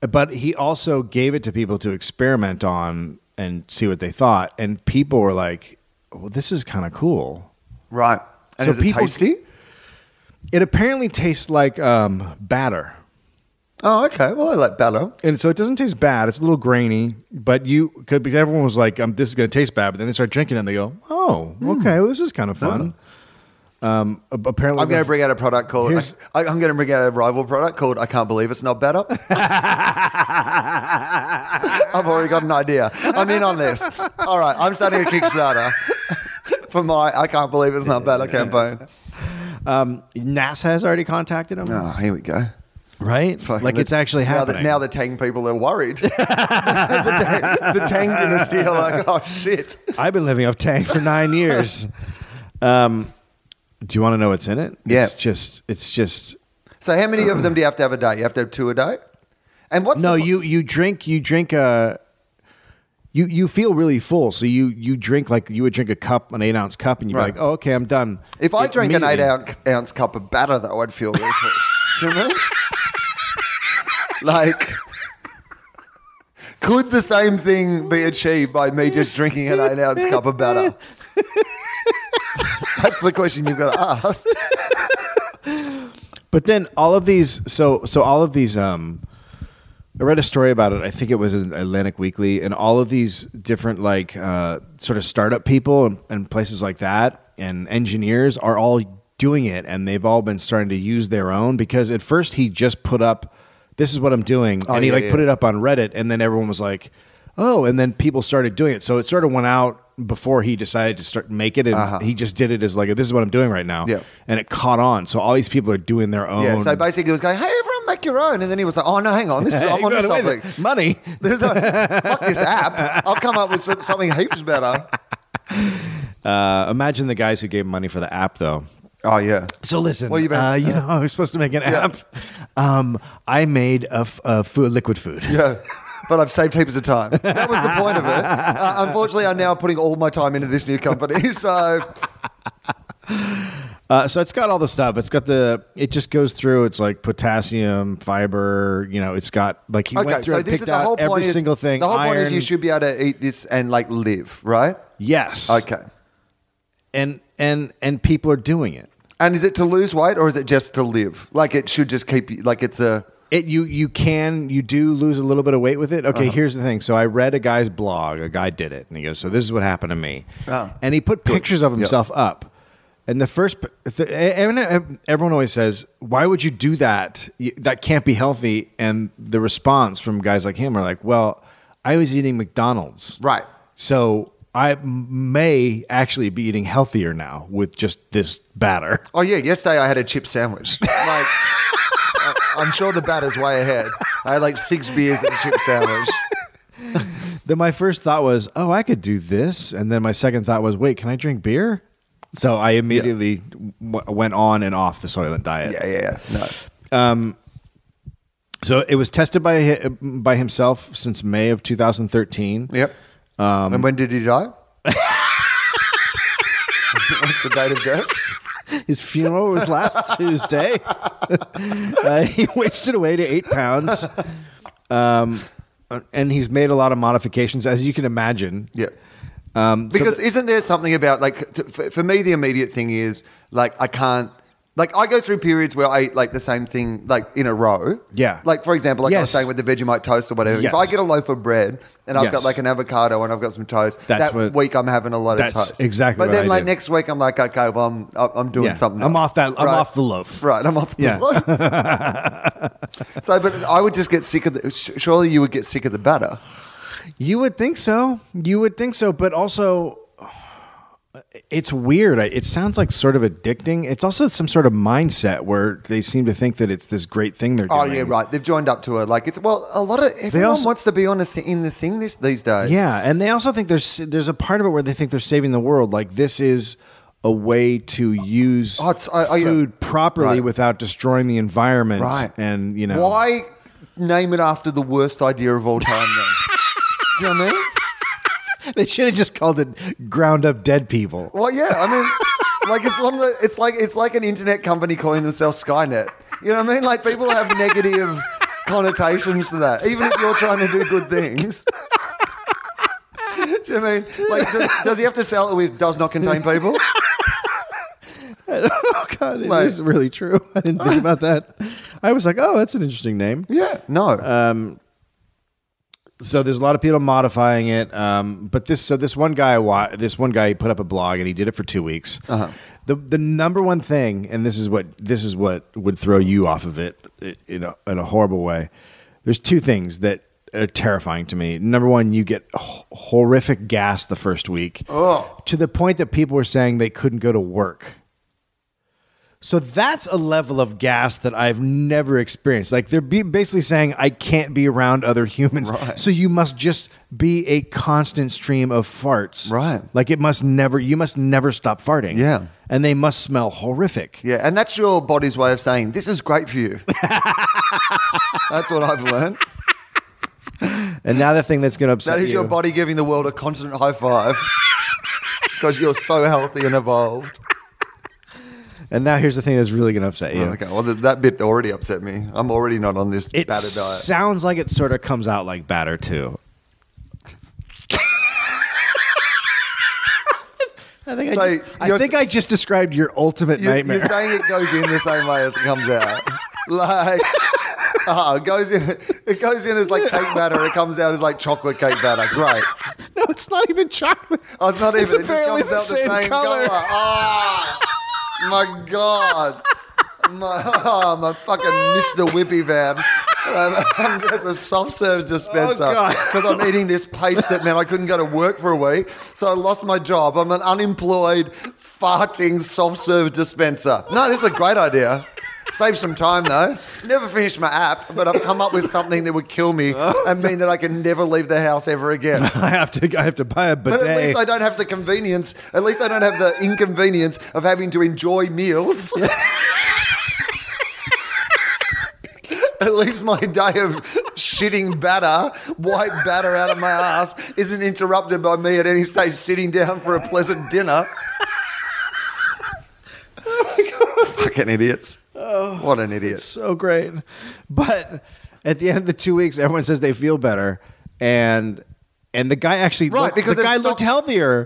[SPEAKER 3] but he also gave it to people to experiment on and see what they thought, and people were like, "Well, this is kind of cool."
[SPEAKER 2] Right. And
[SPEAKER 3] So
[SPEAKER 2] is it
[SPEAKER 3] people-
[SPEAKER 2] tasty?
[SPEAKER 3] It apparently tastes like um, batter.
[SPEAKER 2] Oh, okay. Well, I like batter.
[SPEAKER 3] and so it doesn't taste bad. It's a little grainy, but you could because everyone was like, um, "This is going to taste bad," but then they start drinking it and they go, "Oh,
[SPEAKER 2] Hmm.
[SPEAKER 3] okay, well, this is kind of fun." Um, a- apparently,
[SPEAKER 2] I'm going to bring out a product called.
[SPEAKER 3] Here's-
[SPEAKER 2] I, I'm going to bring out a rival product called. I can't believe it's not better. I've already got an idea. I'm in on this. All right, I'm starting a Kickstarter for my I can't believe it's not better campaign.
[SPEAKER 3] Um, NASA has already contacted him,
[SPEAKER 2] Oh, here we go.
[SPEAKER 3] right?
[SPEAKER 2] Fucking
[SPEAKER 3] like
[SPEAKER 2] the-
[SPEAKER 3] it's actually
[SPEAKER 2] now that-
[SPEAKER 3] happening.
[SPEAKER 2] now the Tang people are worried. the, Tang, the Tang dynasty are like, oh shit.
[SPEAKER 3] I've been living off Tang for nine years. um, do you want to know what's in it?
[SPEAKER 2] Yeah.
[SPEAKER 3] It's just, it's just.
[SPEAKER 2] So how many of them do you have to have a day? You have to have two a day. And what's
[SPEAKER 3] no,
[SPEAKER 2] the,
[SPEAKER 3] you you drink you drink a. You you feel really full, so you you drink like you would drink a cup, an eight ounce cup, and you're
[SPEAKER 2] Right.
[SPEAKER 3] like, oh, okay, I'm done.
[SPEAKER 2] If I
[SPEAKER 3] It
[SPEAKER 2] drank an eight
[SPEAKER 3] immediately-
[SPEAKER 2] ounce, ounce cup of batter, though, I'd feel really good. Do you know what I mean? Like, could the same thing be achieved by me just drinking an eight ounce cup of batter? That's the question you've got to ask.
[SPEAKER 3] But then all of these, so so all of these. Um, I read a story about it. I think it was in Atlantic Weekly, and all of these different like uh, sort of startup people and, and places like that, and engineers are all doing it, and they've all been starting to use their own because at first he just put up, "This is what I'm doing," and he
[SPEAKER 2] Oh, yeah,
[SPEAKER 3] like
[SPEAKER 2] yeah.
[SPEAKER 3] put it up on Reddit, and then everyone was like, "Oh," and then people started doing it. So it sort of went out before he decided to start make it, and he just did it as like, "This is what I'm doing right now,"
[SPEAKER 2] Uh-huh. Yeah.
[SPEAKER 3] and it caught on. So all these people are doing their own.
[SPEAKER 2] Yeah, so basically, he was going, hey, everyone, make your own. And then he was like, oh, no, hang on. This is, I'm onto something.
[SPEAKER 3] Money.
[SPEAKER 2] Fuck this app. I've come up with some- something heaps better.
[SPEAKER 3] Uh, imagine the guys who gave money for the app, though.
[SPEAKER 2] Oh, yeah.
[SPEAKER 3] So listen,
[SPEAKER 2] What do you mean?
[SPEAKER 3] uh, you know, I was supposed to make an app. Um, I made a, f- a food, liquid food.
[SPEAKER 2] Yeah. But I've saved heaps of time. That was the point of it. Uh, unfortunately, I'm now putting all my time into this new company. So
[SPEAKER 3] Uh, so it's got all the stuff. It's got the. It just goes through. It's like potassium, fiber. You know, it's got like he
[SPEAKER 2] okay,
[SPEAKER 3] went through
[SPEAKER 2] so
[SPEAKER 3] and
[SPEAKER 2] this
[SPEAKER 3] picked
[SPEAKER 2] is the
[SPEAKER 3] out
[SPEAKER 2] whole
[SPEAKER 3] every
[SPEAKER 2] point. Is,
[SPEAKER 3] single thing.
[SPEAKER 2] The whole point is
[SPEAKER 3] iron.
[SPEAKER 2] you should be able to eat this and like live, right?
[SPEAKER 3] Yes.
[SPEAKER 2] Okay.
[SPEAKER 3] And and and people are doing it.
[SPEAKER 2] And is it to lose weight or is it just to live? Like it should just keep you. Like it's a
[SPEAKER 3] it you you can you do lose a little bit of weight with it. Okay, here's the thing. So I read a guy's blog. A guy did it, and he goes, "So this is what happened to me,"
[SPEAKER 2] Ah.
[SPEAKER 3] and he put pictures of himself up. And the first, p- th- everyone everyone always says, "Why would you do that? You- That can't be healthy." And the response from guys like him are like, "Well, I was eating McDonald's,
[SPEAKER 2] Right.
[SPEAKER 3] So I m- may actually be eating healthier now with just this batter."
[SPEAKER 2] oh yeah. Yesterday I had a chip sandwich. Like I- I'm sure the batter's way ahead. I had like six beers and a chip sandwich.
[SPEAKER 3] Then my first thought was, oh, I could do this. And then my second thought was, wait, can I drink beer? So I immediately w- went on and off the Soylent diet.
[SPEAKER 2] Yeah, yeah, yeah. No.
[SPEAKER 3] So it was tested by hi- by himself since May of 2013.
[SPEAKER 2] Yep. and when did he die? What's the date of death?
[SPEAKER 3] His funeral was last Tuesday. uh, he wasted away to eight pounds. Um, and he's made a lot of modifications, as you can imagine.
[SPEAKER 2] Yeah.
[SPEAKER 3] Um, so
[SPEAKER 2] Because isn't there something about like t- for, for me the immediate thing is like I can't like I go through periods where I eat like the same thing like in a row.
[SPEAKER 3] Yeah.
[SPEAKER 2] Like for example, like I was
[SPEAKER 3] Yes.
[SPEAKER 2] saying with the Vegemite toast or whatever. If
[SPEAKER 3] Yes.
[SPEAKER 2] I get a loaf of bread and I've got
[SPEAKER 3] Yes.
[SPEAKER 2] like an avocado and I've got some toast,
[SPEAKER 3] That's
[SPEAKER 2] that
[SPEAKER 3] what-
[SPEAKER 2] week I'm having a lot
[SPEAKER 3] that's
[SPEAKER 2] of toast.
[SPEAKER 3] exactly
[SPEAKER 2] But
[SPEAKER 3] what
[SPEAKER 2] then
[SPEAKER 3] I
[SPEAKER 2] like
[SPEAKER 3] do.
[SPEAKER 2] next week I'm like okay, well I'm I'm- I'm doing
[SPEAKER 3] Yeah.
[SPEAKER 2] something.
[SPEAKER 3] I'm
[SPEAKER 2] else.
[SPEAKER 3] off that- I'm
[SPEAKER 2] Right.
[SPEAKER 3] off the loaf.
[SPEAKER 2] Right. I'm off the
[SPEAKER 3] Yeah.
[SPEAKER 2] loaf. so, but I would just get sick of the. sh- Surely you would get sick of the batter.
[SPEAKER 3] You would think so. You would think so, but also it's weird. I- It sounds like sort of addicting. It's also some sort of mindset where they seem to think that it's this great thing they're
[SPEAKER 2] Oh
[SPEAKER 3] doing.
[SPEAKER 2] yeah, right. They've joined up to her. Like it's well, a lot of everyone
[SPEAKER 3] also-
[SPEAKER 2] wants to be on a th- in the thing this these days.
[SPEAKER 3] Yeah, and they also think there's there's a part of it where they think they're saving the world. Like this is a way to use
[SPEAKER 2] Oh, it's- I- I- yeah.
[SPEAKER 3] food properly
[SPEAKER 2] Right.
[SPEAKER 3] without destroying the environment.
[SPEAKER 2] right.
[SPEAKER 3] and you know
[SPEAKER 2] why name it after the worst idea of all time? Then, do you know what I mean?
[SPEAKER 3] they should have just called it ground up dead people.
[SPEAKER 2] Well, yeah, I mean, like it's one of the, it's like it's like an internet company calling themselves Skynet. You know what I mean? Like people have negative connotations to that, even if you're trying to do good things. do you know what I mean? Like, does, does he have to sell it with does not contain people?
[SPEAKER 3] oh God, it is
[SPEAKER 2] Like-
[SPEAKER 3] really true. I didn't think about that. I was like, oh, that's an interesting name.
[SPEAKER 2] Yeah, no.
[SPEAKER 3] Um, so there's a lot of people modifying it. Um, but this so this one guy wa- this one guy he put up a blog and he did it for two weeks. The the number one thing, and this is what this is what would throw you off of it i- in a, in a horrible way. There's two things that are terrifying to me. Number one, you get h- horrific gas the first week to the point that people were saying they couldn't go to work. So that's a level of gas that I've never experienced. Like they're be- basically saying I can't be around other humans.
[SPEAKER 2] Right.
[SPEAKER 3] So you must just be a constant stream of farts.
[SPEAKER 2] Right.
[SPEAKER 3] Like it must never you must never stop farting.
[SPEAKER 2] Yeah.
[SPEAKER 3] And they must smell horrific.
[SPEAKER 2] Yeah, and that's your body's way of saying this is great for you. that's what I've learned.
[SPEAKER 3] And now the thing that's going to upset
[SPEAKER 2] That is
[SPEAKER 3] you-
[SPEAKER 2] your body giving the world a constant high five because you're so healthy and evolved.
[SPEAKER 3] And now here's the thing that's really going to upset you.
[SPEAKER 2] Oh, Okay, well, th- that bit already upset me. I'm already not on this
[SPEAKER 3] It
[SPEAKER 2] batter diet.
[SPEAKER 3] sounds like it sort of comes out like batter too. I think,
[SPEAKER 2] So
[SPEAKER 3] I, just, I
[SPEAKER 2] you're-
[SPEAKER 3] think I just described your ultimate
[SPEAKER 2] You-
[SPEAKER 3] nightmare.
[SPEAKER 2] You're saying it goes in the same way as it comes out. Like, ah, it goes in. It goes in as like cake batter. It comes out as like chocolate cake batter. Great.
[SPEAKER 3] no, it's not even chocolate.
[SPEAKER 2] Oh, it's not even.
[SPEAKER 3] It's
[SPEAKER 2] it just
[SPEAKER 3] apparently
[SPEAKER 2] comes
[SPEAKER 3] the
[SPEAKER 2] out
[SPEAKER 3] same color.
[SPEAKER 2] Ah, my god. My, oh, my fucking Mr. Whippy van. I'm, I'm just a soft serve dispenser
[SPEAKER 3] Oh, God.
[SPEAKER 2] because I'm eating this paste that meant I couldn't go to work for a week, so I lost my job. I'm an unemployed, farting soft serve dispenser. No, this is a great idea. Save some time though. Never finished my app, but I've come up with something that would kill me and mean that I can never leave the house ever again.
[SPEAKER 3] I have to. I have to buy a bidet.
[SPEAKER 2] But at least I don't have the convenience. At least I don't have the inconvenience of having to enjoy meals. At least my day of shitting batter, white batter out of my ass, isn't interrupted by me at any stage sitting down for a pleasant dinner. Fucking idiots.
[SPEAKER 3] Oh,
[SPEAKER 2] what an idiot.
[SPEAKER 3] so great. But at the end of the two weeks, everyone says they feel better, and and the guy actually
[SPEAKER 2] Right,
[SPEAKER 3] looked,
[SPEAKER 2] because
[SPEAKER 3] the
[SPEAKER 2] it's
[SPEAKER 3] guy
[SPEAKER 2] not-
[SPEAKER 3] looked healthier.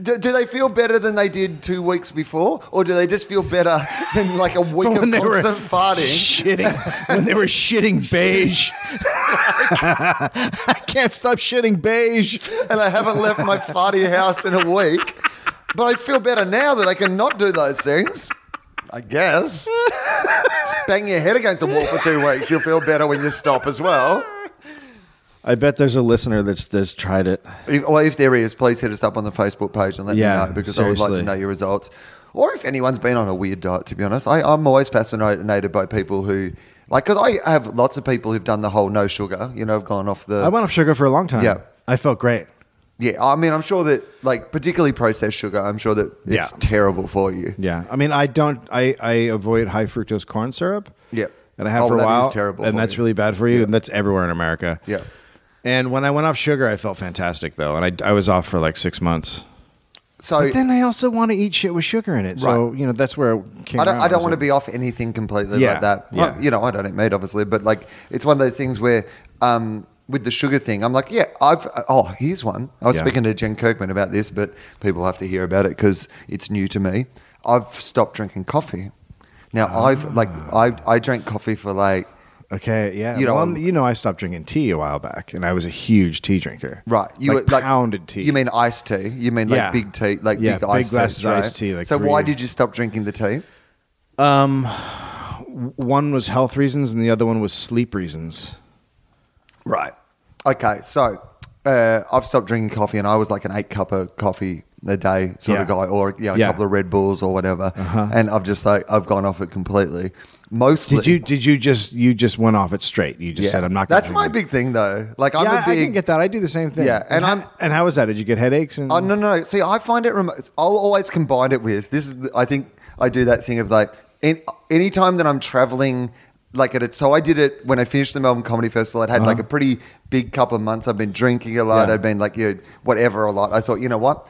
[SPEAKER 2] Do, do they feel better than they did two weeks before? Or do they just feel better than like a week of
[SPEAKER 3] when they were
[SPEAKER 2] constant farting?
[SPEAKER 3] shitting when they were shitting beige. I can't stop shitting beige.
[SPEAKER 2] and I haven't left my farty house in a week. But I feel better now that I can not do those things. I guess. Bang your head against the wall for two weeks. You'll feel better when you stop as well.
[SPEAKER 3] I bet there's a listener that's that's tried it.
[SPEAKER 2] If, or if there is, please hit us up on the Facebook page and let
[SPEAKER 3] Yeah,
[SPEAKER 2] me know because I would like
[SPEAKER 3] seriously.
[SPEAKER 2] to know your results. Or if anyone's been on a weird diet, to be honest, I, I'm always fascinated by people who, like, because I have lots of people who've done the whole no sugar, you know, have gone off the.
[SPEAKER 3] I went off sugar for a long time.
[SPEAKER 2] Yeah.
[SPEAKER 3] I felt great.
[SPEAKER 2] yeah, I mean, I'm sure that, like, particularly processed sugar, I'm sure that it's
[SPEAKER 3] Yeah.
[SPEAKER 2] terrible for you.
[SPEAKER 3] Yeah, I mean, I don't. I I avoid high fructose corn syrup.
[SPEAKER 2] Yep.
[SPEAKER 3] and I have
[SPEAKER 2] Oh,
[SPEAKER 3] for a
[SPEAKER 2] that is
[SPEAKER 3] while.
[SPEAKER 2] terrible
[SPEAKER 3] and
[SPEAKER 2] for
[SPEAKER 3] that's
[SPEAKER 2] you.
[SPEAKER 3] really bad for you. And that's everywhere in America.
[SPEAKER 2] Yeah.
[SPEAKER 3] And when I went off sugar, I felt fantastic though, and I I was off for like six months.
[SPEAKER 2] So
[SPEAKER 3] But then I also want to eat shit with sugar in it. So you know that's where it came.
[SPEAKER 2] I don't,
[SPEAKER 3] around.
[SPEAKER 2] I don't
[SPEAKER 3] So-
[SPEAKER 2] want to be off anything completely
[SPEAKER 3] Yeah,
[SPEAKER 2] like that. Well,
[SPEAKER 3] yeah.
[SPEAKER 2] You know, I don't eat meat, obviously, but like it's one of those things where um, with the sugar thing, I'm like, yeah, I've, oh, here's one. I was
[SPEAKER 3] Yeah.
[SPEAKER 2] speaking to Jen Kirkman about this, but people have to hear about it because it's new to me. I've stopped drinking coffee. Now, I've like, I,
[SPEAKER 3] Ah.
[SPEAKER 2] I drank coffee for like,
[SPEAKER 3] Okay, yeah.
[SPEAKER 2] You know,
[SPEAKER 3] well,
[SPEAKER 2] um,
[SPEAKER 3] you know, I stopped drinking tea a while back, and I was a huge tea drinker.
[SPEAKER 2] Right,
[SPEAKER 3] you like,
[SPEAKER 2] were,
[SPEAKER 3] pounded tea.
[SPEAKER 2] You mean iced tea? You mean like
[SPEAKER 3] Yeah.
[SPEAKER 2] big tea, like
[SPEAKER 3] Yeah,
[SPEAKER 2] big,
[SPEAKER 3] big
[SPEAKER 2] iced
[SPEAKER 3] glasses
[SPEAKER 2] teas,
[SPEAKER 3] of
[SPEAKER 2] right?
[SPEAKER 3] iced tea, like
[SPEAKER 2] so why
[SPEAKER 3] three-
[SPEAKER 2] did you stop drinking the tea?
[SPEAKER 3] one was health reasons, and the other one was sleep reasons.
[SPEAKER 2] Right. Okay. So uh, I've stopped drinking coffee, and I was like an eight cup of coffee a day sort of
[SPEAKER 3] Yeah.
[SPEAKER 2] guy, or you know, a
[SPEAKER 3] Yeah. Uh-huh.
[SPEAKER 2] couple of Red Bulls or whatever. And I've just like I've gone off it completely. Mostly,
[SPEAKER 3] Did you? Did you just? You just went off it straight. You just
[SPEAKER 2] Yeah.
[SPEAKER 3] said, "I'm not." gonna
[SPEAKER 2] That's
[SPEAKER 3] drink
[SPEAKER 2] my
[SPEAKER 3] it."
[SPEAKER 2] big thing, though. Like I'm
[SPEAKER 3] yeah,
[SPEAKER 2] a big.
[SPEAKER 3] I can get that. I do the same thing.
[SPEAKER 2] Yeah, and
[SPEAKER 3] how,
[SPEAKER 2] I'm-
[SPEAKER 3] and how was that? Did you get headaches? And
[SPEAKER 2] Oh no, no, no. See, I find it. Rem- I'll always combine it with this. Is the- I think I do that thing of like in, any time that I'm traveling. Like at it, so I did it when I finished the Melbourne Comedy Festival. I'd had like a pretty big couple of months. I've been drinking a lot.
[SPEAKER 3] Uh-huh. Yeah.
[SPEAKER 2] I'd been like, you know, whatever a lot. I thought, you know what,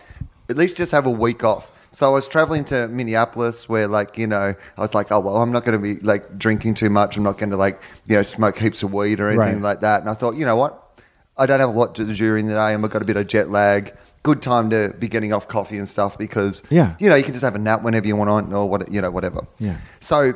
[SPEAKER 2] at least just have a week off. So I was traveling to Minneapolis, where like you know, I was like, oh well, I'm not going to be like drinking too much. I'm not going to like you know smoke heaps of weed or anything
[SPEAKER 3] Right.
[SPEAKER 2] like that. And I thought, you know what, I don't have a lot to do during the day. and I've got a bit of jet lag. Good time to be getting off coffee and stuff because
[SPEAKER 3] Yeah.
[SPEAKER 2] you know you can just have a nap whenever you want or what you know whatever.
[SPEAKER 3] Yeah.
[SPEAKER 2] So,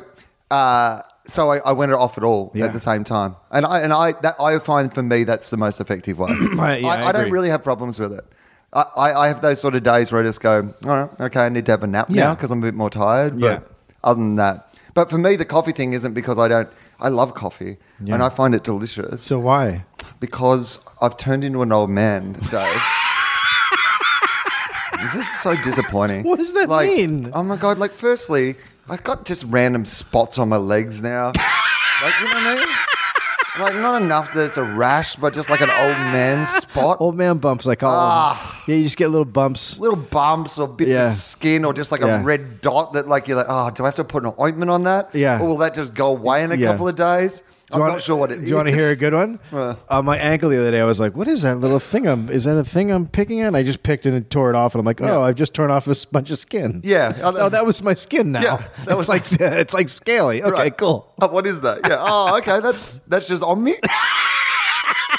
[SPEAKER 2] uh, so I, I went off at all
[SPEAKER 3] Yeah.
[SPEAKER 2] at the same time, and I and I that I find for me that's the most effective way.
[SPEAKER 3] Right, yeah, I
[SPEAKER 2] don't
[SPEAKER 3] agree.
[SPEAKER 2] really have problems with it. I, I, I have those sort of days where I just go, all right, okay, I need to have a nap now
[SPEAKER 3] Yeah.
[SPEAKER 2] now because I'm a bit more tired. But
[SPEAKER 3] Yeah.
[SPEAKER 2] other than that, but for me, the coffee thing isn't because I don't. I love coffee
[SPEAKER 3] Yeah.
[SPEAKER 2] and I find it delicious.
[SPEAKER 3] So why?
[SPEAKER 2] because I've turned into an old man, Dave. It's just so disappointing.
[SPEAKER 3] What does that
[SPEAKER 2] like,
[SPEAKER 3] mean?
[SPEAKER 2] Oh my god! Like, firstly, I got just random spots on my legs now. like, you know what I mean? Like, not enough that it's a rash, but just like an old man spot.
[SPEAKER 3] Old man bumps, I call them. Yeah, you just get little bumps.
[SPEAKER 2] little bumps or bits
[SPEAKER 3] Yeah.
[SPEAKER 2] of skin or just like
[SPEAKER 3] Yeah.
[SPEAKER 2] a red dot that like you're like, oh, do I have to put an ointment on that?
[SPEAKER 3] Yeah.
[SPEAKER 2] Or will that just go away in a
[SPEAKER 3] Yeah.
[SPEAKER 2] couple of days?
[SPEAKER 3] Do
[SPEAKER 2] I'm
[SPEAKER 3] you
[SPEAKER 2] not
[SPEAKER 3] wanna-
[SPEAKER 2] sure what it is.
[SPEAKER 3] Do you want to hear a good one?
[SPEAKER 2] Uh.
[SPEAKER 3] on my ankle the other day, I was like, "What is that little thing? I'm is that a thing I'm picking at?" And I just picked it and tore it off, and I'm like, "Oh, I've just torn off a s- bunch of skin."
[SPEAKER 2] Yeah.
[SPEAKER 3] Oh, that was my skin now.
[SPEAKER 2] Yeah, that
[SPEAKER 3] that was
[SPEAKER 2] was-
[SPEAKER 3] like it's like scaly. Okay,
[SPEAKER 2] Right.
[SPEAKER 3] cool.
[SPEAKER 2] Oh, what is that? Yeah. Oh, okay. That's that's just on me.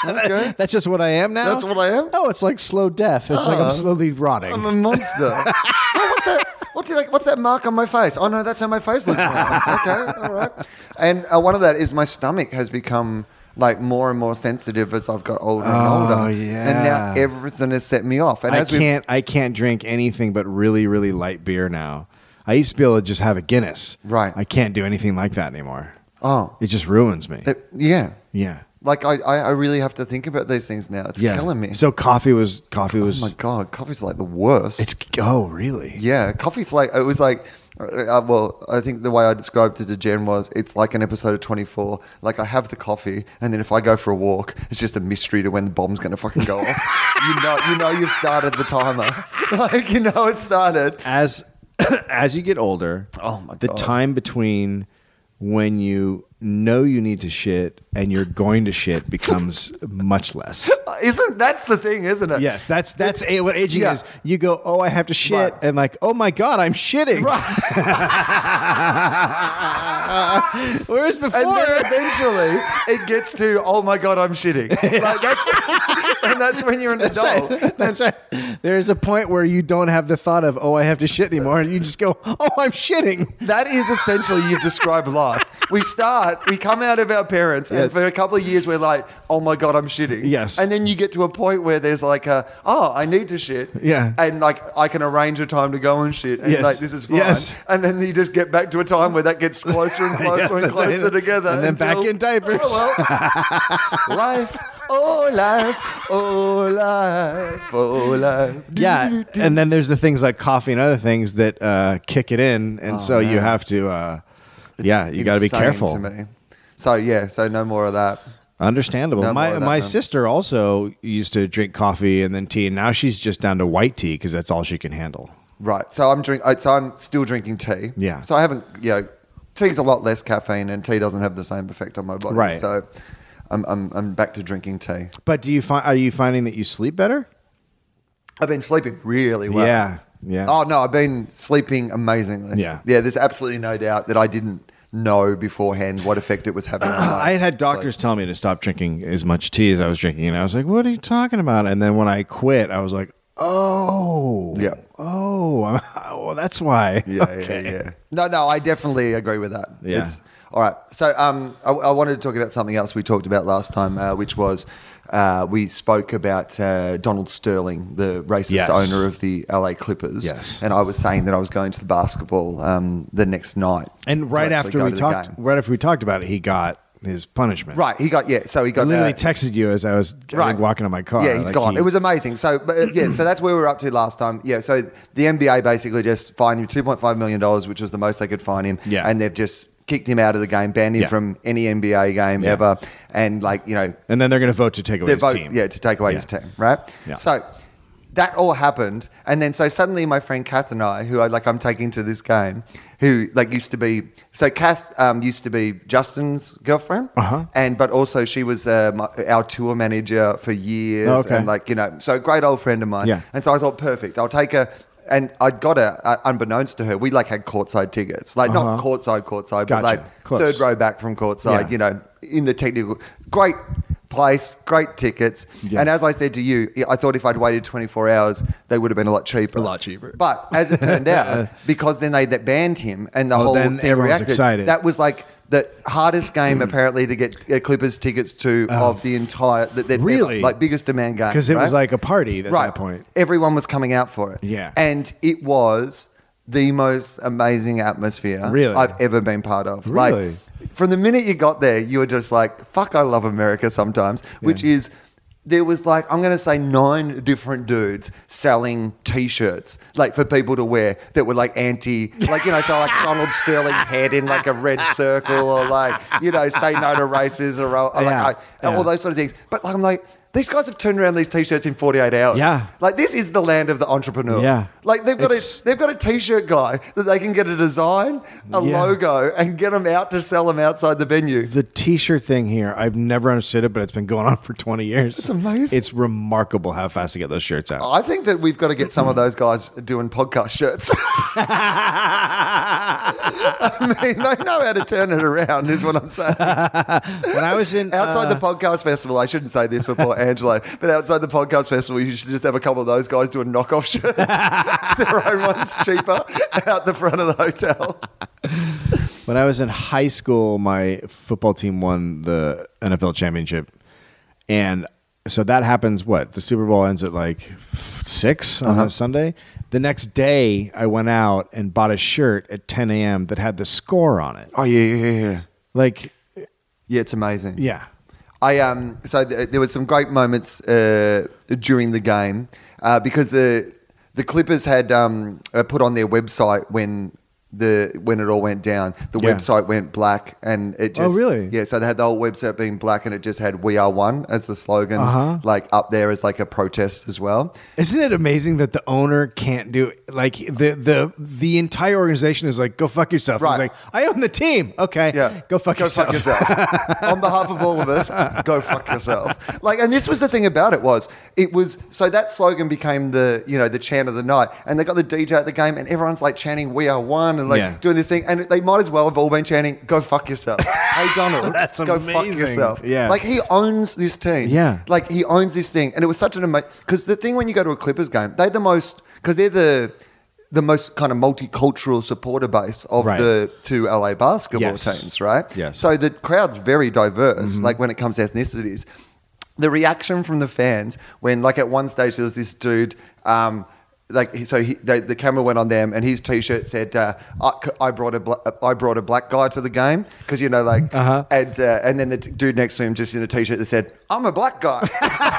[SPEAKER 2] Okay.
[SPEAKER 3] That's just what I am Uh-huh. now.
[SPEAKER 2] That's what I am?
[SPEAKER 3] Oh, it's like slow death. It's like I'm
[SPEAKER 2] Oh.
[SPEAKER 3] slowly rotting.
[SPEAKER 2] I'm a monster. Oh, what's that? What did I, what's that mark on my face? Oh no, that's how my face looks now. Okay, all right. And uh, one of that is my stomach has become like more and more sensitive as I've got older and
[SPEAKER 3] Oh,
[SPEAKER 2] older. And now
[SPEAKER 3] yeah.
[SPEAKER 2] everything has set me off. And
[SPEAKER 3] I
[SPEAKER 2] as we
[SPEAKER 3] can't. I can't drink anything but really, really light beer now. I used to be able to just have a Guinness.
[SPEAKER 2] Right.
[SPEAKER 3] I can't do anything like that anymore.
[SPEAKER 2] oh
[SPEAKER 3] It just ruins me.
[SPEAKER 2] That- yeah.
[SPEAKER 3] yeah.
[SPEAKER 2] Like I, I, I really have to think about these things now. It's
[SPEAKER 3] yeah.
[SPEAKER 2] killing me.
[SPEAKER 3] So coffee was coffee was.
[SPEAKER 2] oh my god, coffee's like the worst.
[SPEAKER 3] It's oh really?
[SPEAKER 2] yeah, coffee's like it was like. uh, Uh, well, I think the way I described it to Jen was it's like an episode of 24. Like I have the coffee, and then if I go for a walk, it's just a mystery to when the bomb's going to fucking go off. you know, you know, you've started the timer. like you know, it started.
[SPEAKER 3] As as you get older,
[SPEAKER 2] Oh my
[SPEAKER 3] the
[SPEAKER 2] God.
[SPEAKER 3] time between when you know you need to shit and you're going to shit becomes much less.
[SPEAKER 2] Uh, Isn't that's the thing, isn't it?
[SPEAKER 3] Yes, that's that's a, what aging
[SPEAKER 2] Yeah.
[SPEAKER 3] is. You go, oh, I have to shit,
[SPEAKER 2] Right.
[SPEAKER 3] and like, oh my god, I'm shitting. Whereas
[SPEAKER 2] And then
[SPEAKER 3] before,
[SPEAKER 2] eventually it gets to, oh my God, I'm shitting. Like that's, and that's when you're an
[SPEAKER 3] that's
[SPEAKER 2] adult.
[SPEAKER 3] right. That's right. There's a point where you don't have the thought of, oh, I have to shit anymore, and you just go, oh, I'm shitting.
[SPEAKER 2] That is essentially you've described life. We start, we come out of our parents, and
[SPEAKER 3] Yes.
[SPEAKER 2] for a couple of years we're like, oh my God, I'm shitting.
[SPEAKER 3] Yes.
[SPEAKER 2] And then you get to a point where there's like a, oh, I need to shit.
[SPEAKER 3] Yeah.
[SPEAKER 2] And like, I can arrange a time to go and shit. And
[SPEAKER 3] Yes.
[SPEAKER 2] like, this is fine.
[SPEAKER 3] Yes.
[SPEAKER 2] And then you just get back to a time where that gets closer and closer
[SPEAKER 3] Yes,
[SPEAKER 2] and
[SPEAKER 3] that's right.
[SPEAKER 2] closer together.
[SPEAKER 3] And then back in diapers.
[SPEAKER 2] Oh, well. life. Oh, life. Oh, life. Oh, life.
[SPEAKER 3] yeah, and then there's the things like coffee and other things that uh, kick it in, and so you have to, uh, yeah, you got to
[SPEAKER 2] Oh,
[SPEAKER 3] be
[SPEAKER 2] Insane
[SPEAKER 3] careful.
[SPEAKER 2] To me. So, yeah, so no more of that.
[SPEAKER 3] Understandable.
[SPEAKER 2] No more
[SPEAKER 3] my
[SPEAKER 2] of that,
[SPEAKER 3] my
[SPEAKER 2] man.
[SPEAKER 3] sister also used to drink coffee and then tea, and now she's just down to white tea because that's all she can handle.
[SPEAKER 2] Right. So I'm drink. uh, So I'm still drinking tea.
[SPEAKER 3] Yeah.
[SPEAKER 2] So I haven't. You know, tea's a lot less caffeine, and tea doesn't have the same effect on my body.
[SPEAKER 3] Right.
[SPEAKER 2] So I'm I'm, I'm back to drinking tea.
[SPEAKER 3] But do you find are you finding that you sleep better?
[SPEAKER 2] I've been sleeping really well.
[SPEAKER 3] Yeah, yeah.
[SPEAKER 2] Oh no, I've been sleeping amazingly.
[SPEAKER 3] Yeah.
[SPEAKER 2] Yeah. There's absolutely no doubt that I didn't know beforehand what effect it was having. on my
[SPEAKER 3] I had had doctors tell me to stop drinking as much tea as I was drinking, and I was like, "What are you talking about?" And then when I quit, I was like, "Oh,
[SPEAKER 2] Yeah.
[SPEAKER 3] oh, I'm- oh, that's why."
[SPEAKER 2] Yeah,
[SPEAKER 3] Okay.
[SPEAKER 2] yeah, yeah. No, no, I definitely agree with that.
[SPEAKER 3] Yeah.
[SPEAKER 2] all right. So, um, I, I wanted to talk about something else we talked about last time, uh, which was uh, we spoke about uh, Donald Sterling, the racist
[SPEAKER 3] Yes.
[SPEAKER 2] owner of the LA Clippers.
[SPEAKER 3] Yes.
[SPEAKER 2] And I was saying that I was going to the basketball um, the next night,
[SPEAKER 3] And
[SPEAKER 2] to
[SPEAKER 3] right
[SPEAKER 2] actually
[SPEAKER 3] after
[SPEAKER 2] go
[SPEAKER 3] we
[SPEAKER 2] to the
[SPEAKER 3] talked,
[SPEAKER 2] game.
[SPEAKER 3] right after we talked about it, he got his punishment.
[SPEAKER 2] Right, he got yeah. So he
[SPEAKER 3] I
[SPEAKER 2] got
[SPEAKER 3] literally
[SPEAKER 2] uh,
[SPEAKER 3] texted you as I was I think, walking in my car.
[SPEAKER 2] Yeah, he's
[SPEAKER 3] Like,
[SPEAKER 2] gone.
[SPEAKER 3] he-
[SPEAKER 2] it was amazing. So, but, uh, yeah, so that's where we were up to last time. Yeah, so the NBA basically just fined him two point five million dollars, which was the most they could fine him.
[SPEAKER 3] Yeah.
[SPEAKER 2] and they've just kicked him out of the game, banned him
[SPEAKER 3] Yeah.
[SPEAKER 2] from any NBA game
[SPEAKER 3] Yeah.
[SPEAKER 2] ever, and like you know,
[SPEAKER 3] and then they're going to vote to take away
[SPEAKER 2] their
[SPEAKER 3] his
[SPEAKER 2] vote,
[SPEAKER 3] team.
[SPEAKER 2] yeah, to take away
[SPEAKER 3] Yeah.
[SPEAKER 2] his team, right?
[SPEAKER 3] Yeah.
[SPEAKER 2] So. That all happened, and then so suddenly my friend Kath and I, who I like, I'm taking to this game, who like used to be so Kath um, used to be Justin's girlfriend,
[SPEAKER 3] Uh-huh.
[SPEAKER 2] and but also she was uh, my, our tour manager for years,
[SPEAKER 3] Oh, Okay.
[SPEAKER 2] and like like you know, so a great old friend of mine.
[SPEAKER 3] Yeah.
[SPEAKER 2] And so I thought, perfect, I'll take her. And I got her, uh, unbeknownst to her, we like had courtside tickets, like not
[SPEAKER 3] Uh-huh.
[SPEAKER 2] courtside, courtside,
[SPEAKER 3] Gotcha.
[SPEAKER 2] but like
[SPEAKER 3] Close.
[SPEAKER 2] third row back from courtside.
[SPEAKER 3] Yeah.
[SPEAKER 2] You know, in the technical, great place, great tickets.
[SPEAKER 3] Yeah.
[SPEAKER 2] And as I said to you, I thought if I'd waited 24 hours, they would have been a lot cheaper.
[SPEAKER 3] A lot cheaper.
[SPEAKER 2] But as it turned out, because then they that banned him and the
[SPEAKER 3] Oh,
[SPEAKER 2] whole
[SPEAKER 3] then
[SPEAKER 2] thing
[SPEAKER 3] everyone's
[SPEAKER 2] reacted.
[SPEAKER 3] excited.
[SPEAKER 2] That was like. The hardest game apparently to get uh, Clippers tickets to of the entire that they'd ever-
[SPEAKER 3] Oh. Really?
[SPEAKER 2] like biggest demand game
[SPEAKER 3] because it
[SPEAKER 2] right?
[SPEAKER 3] was like a party at that point.
[SPEAKER 2] Everyone was coming out for it.
[SPEAKER 3] Yeah.
[SPEAKER 2] And it was the most amazing atmosphere
[SPEAKER 3] Really?
[SPEAKER 2] I've ever been part of.
[SPEAKER 3] Really?
[SPEAKER 2] Like From the minute you got there, you were just like, fuck, I love America sometimes, which is there was like, I'm going to say nine different dudes selling t shirts, like for people to wear that were like anti, like, you know, so like Donald Sterling's head in like a red circle or like, you know, say no to racism or, or
[SPEAKER 3] Yeah.
[SPEAKER 2] like, I,
[SPEAKER 3] Yeah.
[SPEAKER 2] all those sort of things. But I'm like, these guys have turned around these t-shirts in 48 hours.
[SPEAKER 3] Yeah.
[SPEAKER 2] Like this is the land of the entrepreneur.
[SPEAKER 3] Yeah.
[SPEAKER 2] Like they've got
[SPEAKER 3] It's-
[SPEAKER 2] a they've got a t-shirt guy that they can get a design, a
[SPEAKER 3] Yeah.
[SPEAKER 2] logo, and get them out to sell them outside the venue.
[SPEAKER 3] The T-shirt thing here, I've never understood it, but it's been going on for 20 years. It's
[SPEAKER 2] amazing.
[SPEAKER 3] It's remarkable how fast they get those shirts out.
[SPEAKER 2] I think that we've got to get some of those guys doing podcast shirts. I mean, they know how to turn it around, is what I'm saying.
[SPEAKER 3] When I was in
[SPEAKER 2] Outside
[SPEAKER 3] uh,
[SPEAKER 2] the podcast festival, I shouldn't say this for poor Angelo, but outside the podcast festival, you should just have a couple of those guys doing knockoff shirts. Their own ones cheaper out the front of the hotel.
[SPEAKER 3] When I was in high school, my football team won the NFL championship, and so that happens. What the Super Bowl ends at like f- 6
[SPEAKER 2] Uh-huh.
[SPEAKER 3] on a Sunday. The next day, I went out and bought a shirt at 10 a.m. that had the score on it.
[SPEAKER 2] Oh yeah, yeah, yeah.
[SPEAKER 3] Like,
[SPEAKER 2] Yeah, it's amazing.
[SPEAKER 3] yeah,
[SPEAKER 2] I um. So th- there was some great moments uh, during the game uh, because the the Clippers had um, uh, put on their website when the when it all went down. The
[SPEAKER 3] Yeah.
[SPEAKER 2] website went black and it
[SPEAKER 3] Oh,
[SPEAKER 2] just
[SPEAKER 3] really?
[SPEAKER 2] yeah. So they had the whole website being black and it just had "We Are One" as the slogan,
[SPEAKER 3] Uh-huh.
[SPEAKER 2] like up there as like a protest as well.
[SPEAKER 3] isn't it amazing that the owner can't do like the the the entire organization is like go fuck yourself. He's
[SPEAKER 2] Right.
[SPEAKER 3] like I own the team. Okay,
[SPEAKER 2] Yeah.
[SPEAKER 3] go fuck yourself.
[SPEAKER 2] yourself. On behalf of all of us, go fuck yourself. Like, and this was the thing about it was it was so that slogan became the you know the chant of the night, and they got the DJ at the game, and everyone's like chanting "We are one" and like
[SPEAKER 3] Yeah.
[SPEAKER 2] doing this thing, and they might as well have all been chanting "Go fuck yourself." hey Donald,
[SPEAKER 3] That's
[SPEAKER 2] go fuck
[SPEAKER 3] amazing.
[SPEAKER 2] yourself.
[SPEAKER 3] Yeah.
[SPEAKER 2] like he owns this team.
[SPEAKER 3] Yeah.
[SPEAKER 2] like he owns this thing, and it was such an amazing because the thing when you go to a Clippers game, they're the most because they're the the most kind of multicultural supporter base of
[SPEAKER 3] Right.
[SPEAKER 2] the two LA basketball
[SPEAKER 3] Yes.
[SPEAKER 2] teams, right?
[SPEAKER 3] Yes. Mm-hmm.
[SPEAKER 2] So the crowd's very diverse, like when it comes to ethnicities. The reaction from the fans when, like, at one stage there was this dude, um, like, he- so he, they, the camera went on them, and his T-shirt said, uh, I, "I brought a bla- uh, I brought a black guy to the game," because you know, like,
[SPEAKER 3] Uh-huh.
[SPEAKER 2] and uh, and then the t- dude next to him just in a T-shirt that said, "I'm a black guy."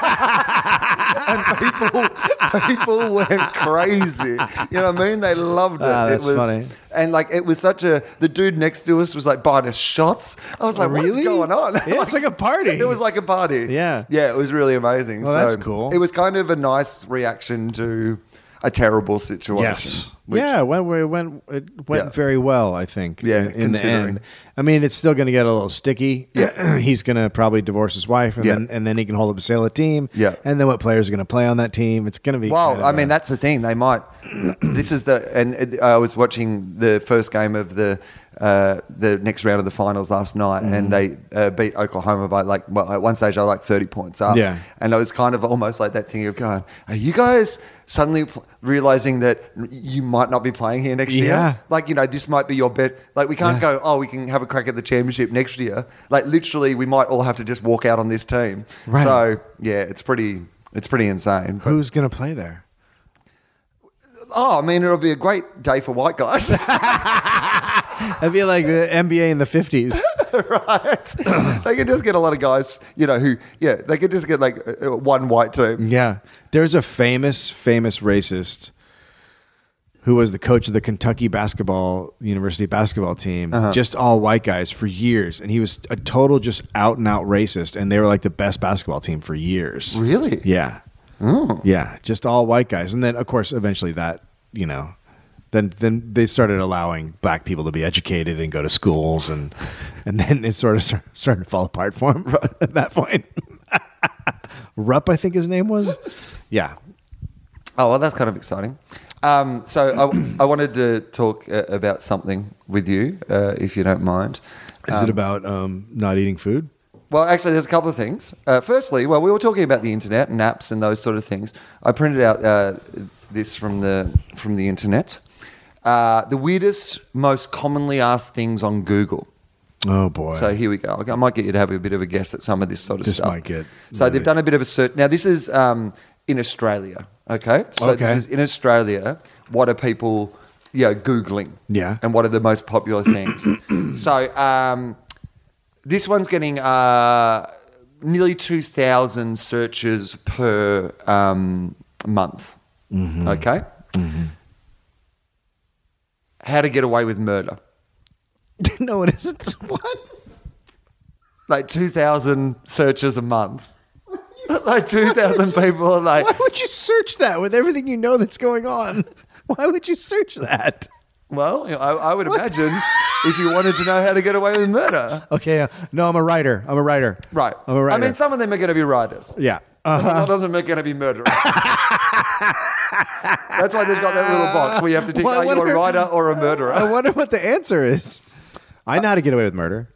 [SPEAKER 2] and people people went crazy. You know what I mean? They loved it.
[SPEAKER 3] Ah, that's
[SPEAKER 2] it was
[SPEAKER 3] funny.
[SPEAKER 2] and like it was such a the dude next to us was like buying us shots. I was like,
[SPEAKER 3] really?
[SPEAKER 2] what's going on?
[SPEAKER 3] Yeah, it's like a party.
[SPEAKER 2] It was like a party.
[SPEAKER 3] Yeah.
[SPEAKER 2] yeah, it was really amazing.
[SPEAKER 3] Well,
[SPEAKER 2] so
[SPEAKER 3] that's cool.
[SPEAKER 2] It was kind of a nice reaction to a terrible situation. which-
[SPEAKER 3] yeah, it went it went it went
[SPEAKER 2] Yeah.
[SPEAKER 3] very well, I think.
[SPEAKER 2] Yeah,
[SPEAKER 3] in, in the
[SPEAKER 2] considering.
[SPEAKER 3] end, I mean, it's still going to get a little sticky.
[SPEAKER 2] Yeah.
[SPEAKER 3] he's going to probably divorce his wife, and
[SPEAKER 2] Yeah.
[SPEAKER 3] then and then he can hold up a sale a team.
[SPEAKER 2] Yeah.
[SPEAKER 3] and then what players are going to play on that team? It's going to be. kind
[SPEAKER 2] Well,
[SPEAKER 3] of
[SPEAKER 2] I
[SPEAKER 3] a-
[SPEAKER 2] mean, that's the thing. They might. this is the and it- I was watching the first game of the uh, the next round of the finals last night,
[SPEAKER 3] Mm.
[SPEAKER 2] and they uh, beat Oklahoma by like well, at one stage I like thirty points up.
[SPEAKER 3] Yeah.
[SPEAKER 2] and I was kind of almost like that thing of going, are you guys suddenly pl- realizing that you might not be playing here next
[SPEAKER 3] Yeah.
[SPEAKER 2] year? Like you know, this might be your bet. Like we can't go. Oh, we can have a crack at the championship next year. Like literally, we might all have to just walk out on this team.
[SPEAKER 3] Right.
[SPEAKER 2] So yeah, it's pretty. It's pretty insane. but-
[SPEAKER 3] who's going to play there?
[SPEAKER 2] Oh, I mean, it'll be a great day for white guys,
[SPEAKER 3] I feel like the NBA in the fifties.
[SPEAKER 2] right? they could just get a lot of guys, you know, who, yeah, they could just get like uh, uh, one white team.
[SPEAKER 3] Yeah. There's a famous, famous racist who was the coach of the Kentucky basketball university basketball team, just all white guys for years. And he was a total just out and out racist. And they were like the best basketball team for years.
[SPEAKER 2] Really?
[SPEAKER 3] Yeah. Yeah. Just all white guys. And then of course eventually that, you know, then then they started allowing black people to be educated and go to schools and and then it sort of start- started to fall apart for him at that point. Rupp, I think his name was. Yeah.
[SPEAKER 2] Oh, well, that's kind of exciting. Um, so I, I wanted to talk uh, about something with you, uh, if you don't mind.
[SPEAKER 3] Is it about um, not eating food?
[SPEAKER 2] Well, actually, there's a couple of things. Uh, firstly, well, we were talking about the internet and apps and those sort of things. I printed out uh, this from the from the internet. Uh, the weirdest, most commonly asked things on Google.
[SPEAKER 3] Oh boy.
[SPEAKER 2] So here we go. I might get you to have a bit of a guess at some of this sort of
[SPEAKER 3] This
[SPEAKER 2] stuff.
[SPEAKER 3] might get
[SPEAKER 2] so
[SPEAKER 3] really-
[SPEAKER 2] they've done a bit of a search. Now this is um, in Australia. Okay. So
[SPEAKER 3] Okay.
[SPEAKER 2] this is in Australia. What are people, you know, googling?
[SPEAKER 3] Yeah.
[SPEAKER 2] And what are the most popular things? so um, This one's getting uh, nearly 2,000 searches per um, month.
[SPEAKER 3] Mm-hmm.
[SPEAKER 2] Okay? How to Get Away with Murder.
[SPEAKER 3] no, it isn't. What?
[SPEAKER 2] Like 2,000 searches a month. like 2,000 people are like,
[SPEAKER 3] Why would you search that with everything you know that's going on? Why would you search that?
[SPEAKER 2] well, you know, I, I would imagine if you wanted to know how to get away with murder.
[SPEAKER 3] Okay, uh, no, I'm a writer. I'm a writer.
[SPEAKER 2] Right.
[SPEAKER 3] I'm a
[SPEAKER 2] I
[SPEAKER 3] writer.
[SPEAKER 2] mean, some of them are going to be writers.
[SPEAKER 3] yeah.
[SPEAKER 2] But A lot of them are going to be murderers. That's why they've got that little box where you have to tick,
[SPEAKER 3] Well, I
[SPEAKER 2] are you
[SPEAKER 3] wonder-
[SPEAKER 2] a writer or a
[SPEAKER 3] I
[SPEAKER 2] murderer?
[SPEAKER 3] wonder what the answer is. I know how to get away with murder.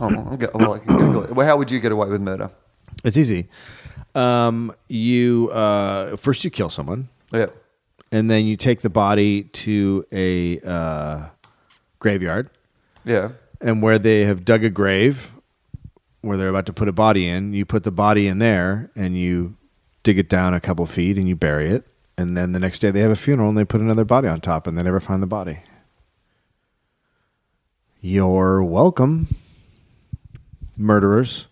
[SPEAKER 2] Oh, I'm go- well, I can Google it. Well, how would you get away with murder?
[SPEAKER 3] It's easy. Um, you uh, first you kill someone,
[SPEAKER 2] Yeah.
[SPEAKER 3] and then you take the body to a uh, graveyard,
[SPEAKER 2] Yeah.
[SPEAKER 3] and where they have dug a grave, where they're about to put a body in, you put the body in there, and you dig it down a couple feet, and you bury it, and then the next day they have a funeral, and they put another body on top, and they never find the body. You're welcome, murderers.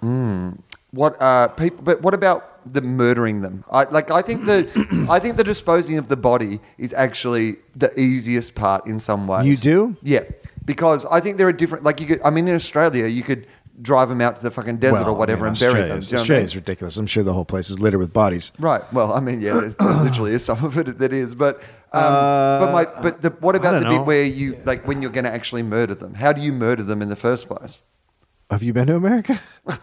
[SPEAKER 2] What uh, people? But what about the murdering them? I, like, I think the, I think the disposing of the body is actually the easiest part in some ways.
[SPEAKER 3] You do?
[SPEAKER 2] Yeah, because I think there are different. Like, you could. I mean, in Australia, you could drive them out to the fucking desert
[SPEAKER 3] Well,
[SPEAKER 2] or whatever
[SPEAKER 3] I mean,
[SPEAKER 2] and bury them.
[SPEAKER 3] Australia's-
[SPEAKER 2] Do you know what I mean?
[SPEAKER 3] Australia's ridiculous. I'm sure the whole place is littered with bodies.
[SPEAKER 2] Right. Well, I mean, yeah, there's- there literally is some of it that is, but um, but my but the, what about
[SPEAKER 3] don't
[SPEAKER 2] the
[SPEAKER 3] know.
[SPEAKER 2] bit where you like when you're going to actually murder them? How do you murder them in the first place?
[SPEAKER 3] Have you been to America?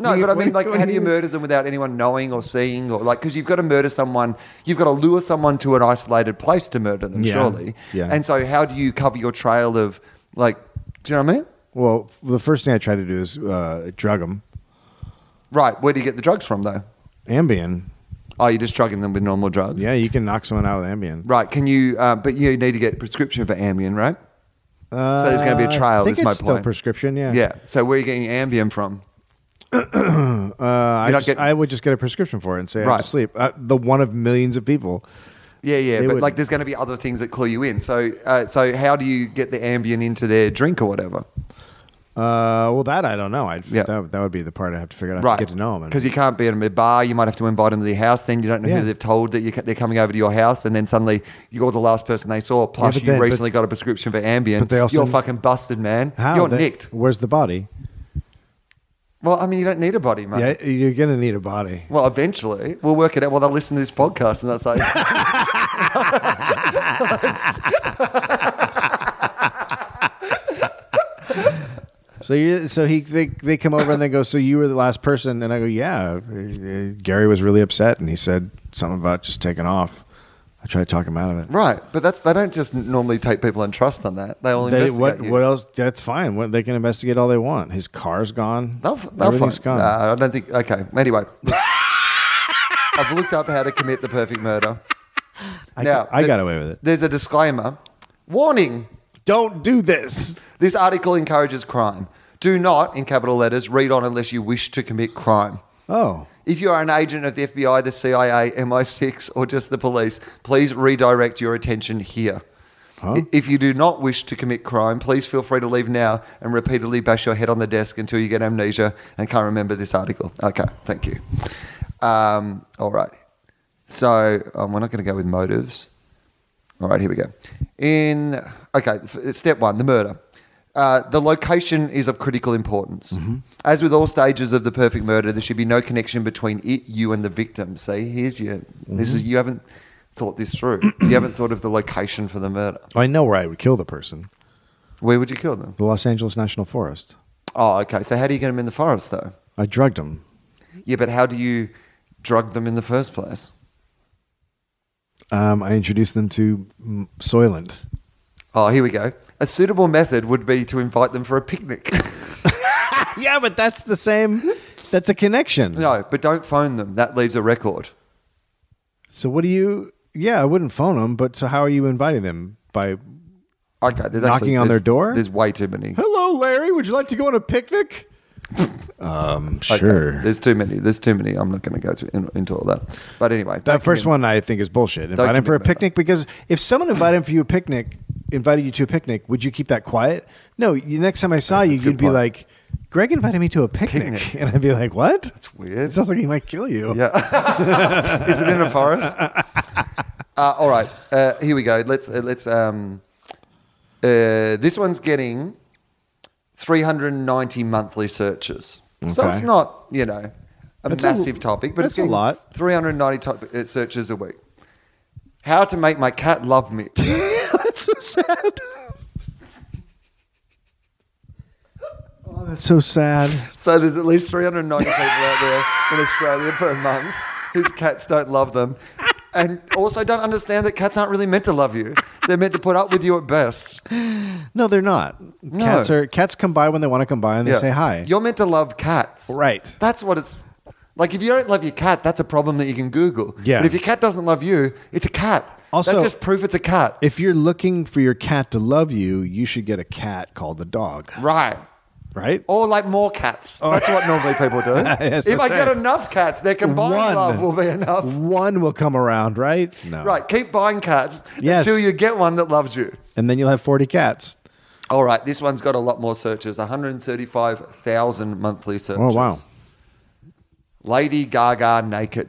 [SPEAKER 2] No, but I mean, like, how do you
[SPEAKER 3] move?
[SPEAKER 2] murder them without anyone knowing or seeing, or like, because you've got to murder someone, you've got to lure someone to an isolated place to murder them,
[SPEAKER 3] Yeah.
[SPEAKER 2] surely.
[SPEAKER 3] Yeah.
[SPEAKER 2] And so, how do you cover your trail of, like, do you know what I mean?
[SPEAKER 3] Well, f- the first thing I try to do is uh, drug them.
[SPEAKER 2] Right. Where do you get the drugs from, though?
[SPEAKER 3] Ambien.
[SPEAKER 2] Are you just drugging them with normal drugs?
[SPEAKER 3] Yeah, you can knock someone out with Ambien.
[SPEAKER 2] Right. Can you? Uh, but you need to get a prescription for Ambien, right?
[SPEAKER 3] Uh,
[SPEAKER 2] there's gonna be a trial,
[SPEAKER 3] I think
[SPEAKER 2] is my
[SPEAKER 3] it's still
[SPEAKER 2] point.
[SPEAKER 3] prescription. Yeah.
[SPEAKER 2] Yeah. So where are you getting Ambien from?
[SPEAKER 3] Uh, I,
[SPEAKER 2] You're not
[SPEAKER 3] just-
[SPEAKER 2] getting-
[SPEAKER 3] I would just get a prescription for it and say I
[SPEAKER 2] Right.
[SPEAKER 3] have to sleep. Uh, the one of millions of people.
[SPEAKER 2] Yeah, yeah,
[SPEAKER 3] They
[SPEAKER 2] but like
[SPEAKER 3] wouldn't.
[SPEAKER 2] there's going to be other things that clue you in. So, uh, so how do you get the Ambien into their drink or whatever?
[SPEAKER 3] Uh, well, that I don't know. I'd
[SPEAKER 2] Yeah.
[SPEAKER 3] that, that would be the part I have to figure out. I have to
[SPEAKER 2] Right,
[SPEAKER 3] Get to know them.
[SPEAKER 2] because you can't be in a bar. You might have to invite them to their house. Then you don't know
[SPEAKER 3] Yeah.
[SPEAKER 2] who they've told that you, ca- they're coming over to your house, and then suddenly you're the last person they saw. Plus,
[SPEAKER 3] but
[SPEAKER 2] you
[SPEAKER 3] then- but-
[SPEAKER 2] recently got a prescription for Ambien.
[SPEAKER 3] But they also-
[SPEAKER 2] you're fucking busted, man. You're nicked.
[SPEAKER 3] Where's the body?
[SPEAKER 2] Well, I mean, you don't need a body, mate.
[SPEAKER 3] Yeah, you're gonna need a body.
[SPEAKER 2] Well, eventually we'll work it out. Well, they'll listen to this podcast, and that's like,
[SPEAKER 3] So you, so he they, they come over and they go, so you were the last person, and I go, yeah. Uh, uh, Gary was really upset, and he said something about just taking off. I tried to talk him out of it.
[SPEAKER 2] right. But that's they don't just normally take people on trust on that. They all
[SPEAKER 3] They,
[SPEAKER 2] investigate
[SPEAKER 3] what
[SPEAKER 2] you.
[SPEAKER 3] what else? That's fine. What, they can investigate all they want. His car's gone.
[SPEAKER 2] They'll,
[SPEAKER 3] Everything's
[SPEAKER 2] they'll find. uh,
[SPEAKER 3] gone.
[SPEAKER 2] Nah, I don't think. Okay. Anyway, I've looked up how to commit the perfect murder.
[SPEAKER 3] I,
[SPEAKER 2] now,
[SPEAKER 3] I
[SPEAKER 2] the-
[SPEAKER 3] got away with it.
[SPEAKER 2] There's a disclaimer. Warning:
[SPEAKER 3] Don't do this.
[SPEAKER 2] This article encourages crime. Do not, in capital letters, read on unless you wish to commit crime.
[SPEAKER 3] Oh,
[SPEAKER 2] If you are an agent of the FBI, the CIA, MI6, or just the police, please redirect your attention here.
[SPEAKER 3] Huh?
[SPEAKER 2] If you do not wish to commit crime, please feel free to leave now and repeatedly bash your head on the desk until you get amnesia and can't remember this article. Okay, thank you. Um, all right. So um, we're not going to go with motives. All right, here we go. In okay, f- step one, the murder. Uh, the location is of critical importance. As with all stages of the perfect murder, there should be no connection between it, you, and the victim. See, here's your. This is you haven't thought this through. you haven't thought of the location for the murder.
[SPEAKER 3] Oh, I know where I would kill the person.
[SPEAKER 2] Where would you kill them?
[SPEAKER 3] The Los Angeles National Forest.
[SPEAKER 2] Oh, okay. So how do you get them in the forest, though?
[SPEAKER 3] I drugged him.
[SPEAKER 2] Yeah, but how do you drug them in the first place?
[SPEAKER 3] Um, I introduced them to mm, Soylent.
[SPEAKER 2] Oh, here we go. A suitable method would be to invite them for a picnic.
[SPEAKER 3] Yeah, but that's the same. That's a connection.
[SPEAKER 2] no, but don't phone them. That leaves a record.
[SPEAKER 3] So what do you? Yeah, I wouldn't phone them, but so how are you inviting them? By
[SPEAKER 2] Okay, there's
[SPEAKER 3] Knocking
[SPEAKER 2] actually, there's-
[SPEAKER 3] on their door?
[SPEAKER 2] There's way too many.
[SPEAKER 3] hello, Larry. Would you like to go on a picnic? um, sure.
[SPEAKER 2] There's too many. There's too many. I'm not going to go through, in, into all that. But anyway,
[SPEAKER 3] that first one I think is bullshit. Invite him for a
[SPEAKER 2] commit murder.
[SPEAKER 3] picnic because if someone invited him for you a picnic, invited you to a picnic, would you keep that quiet? No. You, next time I saw you,
[SPEAKER 2] that's a good
[SPEAKER 3] you'd be
[SPEAKER 2] point.
[SPEAKER 3] like, Greg invited me to a picnic,
[SPEAKER 2] Picnic.
[SPEAKER 3] and I'd be like, "What? That's
[SPEAKER 2] weird.
[SPEAKER 3] It sounds like he might kill you."
[SPEAKER 2] Yeah. Is it in a forest? Uh, all right. Uh, here we go. Let's uh, let's. Um, uh, this one's getting 390 monthly searches, so
[SPEAKER 3] Okay.
[SPEAKER 2] it's not you know a
[SPEAKER 3] That's a-
[SPEAKER 2] massive topic, but
[SPEAKER 3] that's
[SPEAKER 2] it's
[SPEAKER 3] a
[SPEAKER 2] getting
[SPEAKER 3] lot.
[SPEAKER 2] 390 top, uh, searches a week. How to make my cat love me?
[SPEAKER 3] that's so sad. oh, that's so sad.
[SPEAKER 2] so there's at least 390 people out there in Australia per month whose cats don't love them, and also don't understand that cats aren't really meant to love you. They're meant to put up with you at best.
[SPEAKER 3] No, they're not. Cats are cats come by when they want to come by, and they
[SPEAKER 2] Yeah.
[SPEAKER 3] say hi.
[SPEAKER 2] You're meant to love cats.
[SPEAKER 3] Right.
[SPEAKER 2] That's what it's like. If you don't love your cat, that's a problem that you can Google.
[SPEAKER 3] Yeah.
[SPEAKER 2] But if your cat doesn't love you, it's a cat.
[SPEAKER 3] Also-
[SPEAKER 2] that's just proof it's a cat.
[SPEAKER 3] if you're looking for your cat to love you, you should get a cat called a dog,
[SPEAKER 2] right.
[SPEAKER 3] right?
[SPEAKER 2] Or like more cats. That's what normally people do.
[SPEAKER 3] Oh. Yes,
[SPEAKER 2] if I
[SPEAKER 3] that's
[SPEAKER 2] get
[SPEAKER 3] right.
[SPEAKER 2] enough cats, their combined
[SPEAKER 3] One.
[SPEAKER 2] love will be enough.
[SPEAKER 3] One will come around, right? No.
[SPEAKER 2] Right. Keep buying cats
[SPEAKER 3] Yes.
[SPEAKER 2] until you get one that loves you.
[SPEAKER 3] And then you'll have 40 cats.
[SPEAKER 2] All right. This one's got a lot more searches 135,000 monthly searches.
[SPEAKER 3] Oh, wow.
[SPEAKER 2] Lady Gaga naked.